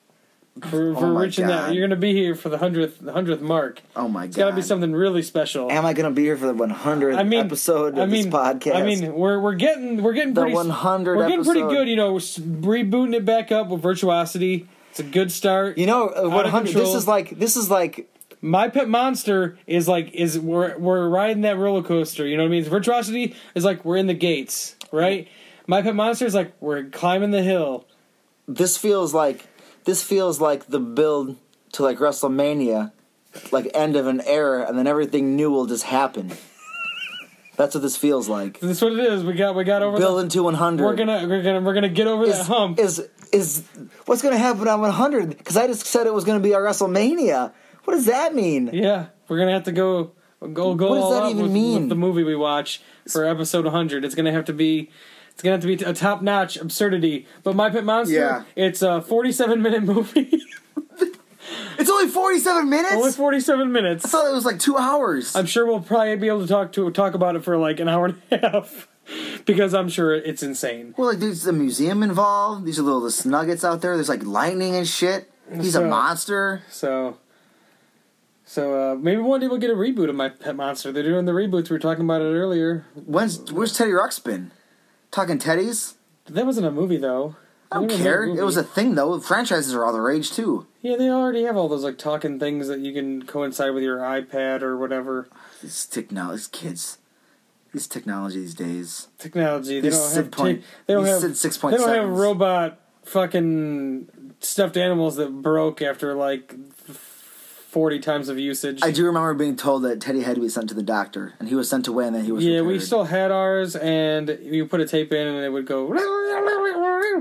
B: for, for
C: Oh my
B: reaching
C: God.
B: that. You're gonna be here for the hundredth the hundredth mark.
C: Oh my
B: It's
C: god!
B: gotta be something really special.
C: Am I gonna be here for the one hundredth
B: I mean,
C: episode of
B: I mean,
C: this podcast?
B: I mean, we're we're getting we're getting
C: The
B: pretty
C: 100
B: We're getting pretty
C: episode.
B: good, you know. We're s- rebooting it back up with virtuosity. It's a good start.
C: you know, one hundred. This
B: control.
C: is like this is like
B: My Pet Monster is like is we're we're riding that roller coaster. You know what I mean? Virtuosity is like we're in the gates, right? My Pet Monster is like we're climbing the hill.
C: this feels like this feels like the build to like WrestleMania, like end of an era, and then everything new will just happen. That's what this feels like.
B: That's what it is. We got we got over. The,
C: Building to one hundred.
B: we're gonna we're gonna we're gonna get over that
C: is,
B: hump.
C: is is what's gonna happen on one hundred? Because I just said it was gonna be our WrestleMania. What does that mean?
B: yeah, we're gonna have to go go go
C: What does
B: all
C: that
B: out
C: even
B: with,
C: mean?
B: with the movie we watch for episode 100. It's gonna have to be. It's gonna have to be a top notch absurdity, but My Pet Monster,
C: Yeah.
B: it's a 47 minute movie.
C: It's only forty-seven minutes.
B: Only 47 minutes.
C: I thought it was like two hours.
B: I'm sure we'll probably be able to talk to talk about it for like an hour and a half because I'm sure it's insane.
C: well, like, there's a museum involved. These are little this nuggets out there. There's like lightning and shit. He's a
B: So-
C: monster.
B: So, so uh, maybe one day we'll get a reboot of My Pet Monster. They're doing the reboots. We were talking about it earlier.
C: When's where's Teddy Ruxpin? Talking Teddy's?
B: That wasn't a movie though.
C: I don't
B: They didn't
C: care.
B: make
C: It was a
B: movie.
C: thing though. Franchises are all the rage too.
B: yeah. They already have all those like talking things that you can coincide with your iPad or whatever
C: These technology, these kids, these technology these days.
B: technology. They
C: You
B: don't
C: said
B: have.
C: point-
B: ta- they don't
C: you
B: have.
C: said six
B: they
C: point
B: don't have
C: sevens.
B: robot fucking stuffed animals that broke after like. 40 times of usage.
C: I do remember being told that Teddy had to be sent to the doctor, and he was sent away, and then he was.
B: Yeah, we
C: repaired.
B: still had ours, and you put a tape in, and it would go.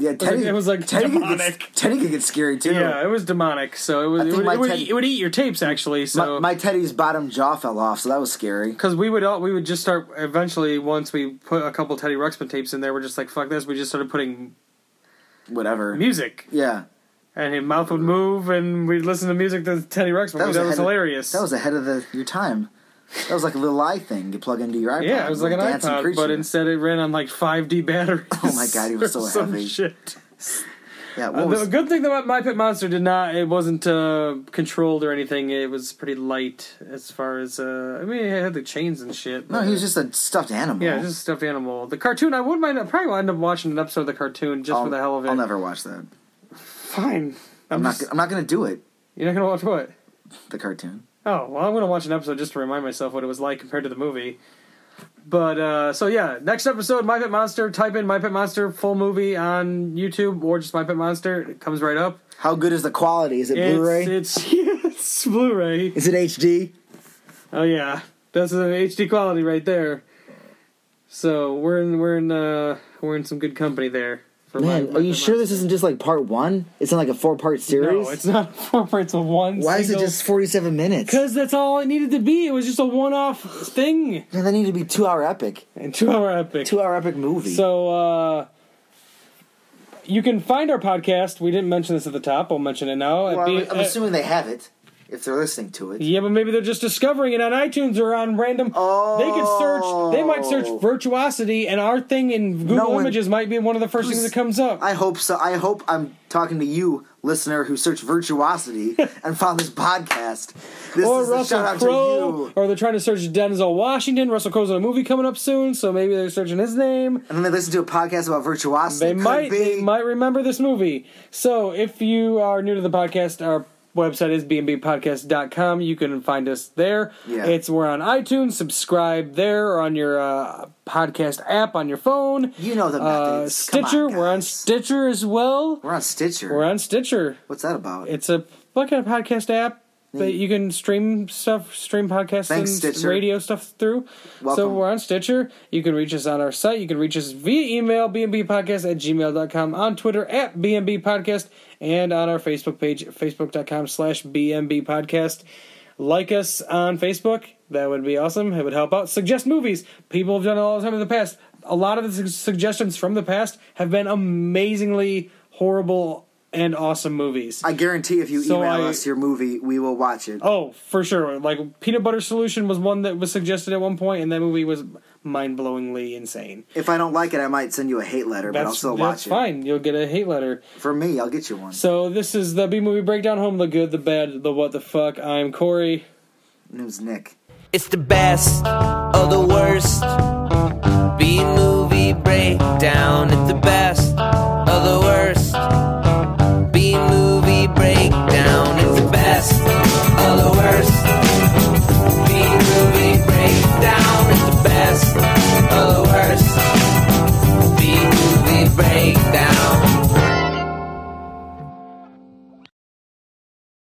C: Yeah,
B: It was like-
C: Teddy.
B: it was like
C: Teddy could,
B: demonic.
C: get, Teddy could get scary too.
B: Yeah, it was demonic. So it was. It
C: think
B: would,
C: my
B: it, would,
C: Ted-
B: it would eat your tapes actually.
C: My,
B: So
C: my Teddy's bottom jaw fell off, so that was scary.
B: because we would all, we would just start eventually once we put a couple Teddy Ruxpin tapes in there, we're just like fuck this. We just started putting
C: Whatever.
B: music,
C: Yeah,
B: and his mouth would move, and we'd listen to music to Teddy Ruxpin. That was,
C: ahead
B: hilarious.
C: Of, that was ahead of the, your time. That was like a little eye thing you plug into your iPod.
B: Yeah, it was like an
C: little dancing
B: iPod, but
C: creature.
B: instead it ran on like 5D batteries.
C: Oh my God, it was
B: or
C: so
B: some
C: heavy.
B: Shit.
C: yeah, what
B: Uh,
C: was,
B: the good thing about My Pet Monster did not, it wasn't uh, controlled or anything. It was pretty light as far as, uh, I mean, it had the chains and shit.
C: no,
B: but-
C: he was just a stuffed animal.
B: Yeah, just a stuffed animal. The cartoon, I would mind, I probably will end up watching an episode of the cartoon just
C: I'll,
B: for the hell of it.
C: I'll never watch that.
B: Fine. I'm,
C: I'm not.
B: just-
C: I'm not going to do it.
B: You're not going to watch what?
C: The cartoon.
B: Oh, well, I'm going to watch an episode just to remind myself what it was like compared to the movie. But, uh, so yeah, next episode, My Pet Monster. Type in My Pet Monster full movie on YouTube or just My Pet Monster. It comes right up.
C: How good is the quality? Is it
B: It's,
C: Blu-ray?
B: It's, yeah, it's Blu-ray.
C: is it HD?
B: Oh, yeah. That's an HD quality right there. So we're in, we're in, uh, we're in some good company there. for My-
C: Man,
B: My
C: are you
B: Pet
C: sure
B: Monster.
C: this isn't just like part one? It's not like a four-part series.
B: No, it's not four parts of one.
C: Why is it just forty-seven minutes?
B: Because that's all it needed to be. It was just a one-off thing.
C: Man, that needed to be two-hour epic,
B: And two-hour epic.
C: two-hour epic movie.
B: So uh, you can find our podcast. We didn't mention this at the top. I'll mention it now.
C: Well,
B: At B-
C: I'm, I'm
B: uh,
C: assuming they have it if they're listening to it.
B: yeah, but maybe they're just discovering it on iTunes or on random.
C: Oh.
B: They could search. They might search virtuosity, and our thing in Google
C: No one-
B: Images might be one of the first things that comes up.
C: I hope so. I hope I'm talking to you, listener, who searched virtuosity and found this podcast. This
B: or
C: is a
B: Russell
C: shout out
B: Crowe,
C: to you.
B: or they're trying to search Denzel Washington. Russell Crowe's in a movie coming up soon, so maybe they're searching his name.
C: And then they listen to a podcast about virtuosity.
B: They
C: Could
B: might
C: be.
B: they might remember this movie. So if you are new to the podcast, our website is bnbpodcast.com. You can find us there.
C: Yeah.
B: It's we're on iTunes. Subscribe there or on your uh, podcast app on your phone.
C: You know the
B: Uh,
C: methods. Come
B: Stitcher. we're on
C: guys.
B: Stitcher as well.
C: We're on Stitcher.
B: We're on Stitcher.
C: What's that about?
B: It's a fucking podcast app that you can stream stuff, stream podcasts
C: Mm. Thanks,
B: and
C: Stitcher.
B: radio stuff through. So
C: Welcome.
B: we're on Stitcher. You can reach us on our site. You can reach us via email, bmbpodcast at gmail.com, on Twitter at bmbpodcast, and on our Facebook page, facebook.com slash bmbpodcast. Like us on Facebook. That would be awesome. It would help out. Suggest movies. People have done it all the time in the past. A lot of the su- suggestions from the past have been amazingly horrible and awesome movies.
C: I guarantee if you
B: So
C: email
B: I-
C: us your movie, we will watch it.
B: Oh, for sure. Like peanut butter solution was one that was suggested at one point, and that movie was mind-blowingly insane.
C: If I don't like it, I might send you a hate letter, but I'll
B: That's
C: still
B: that's
C: watch it.
B: fine. You'll get a hate letter.
C: For me, I'll get you one.
B: So this is the B movie breakdown. Home, the good, the bad, the what the fuck. I'm Corey.
C: Name's Nick.
A: It's the best of the worst.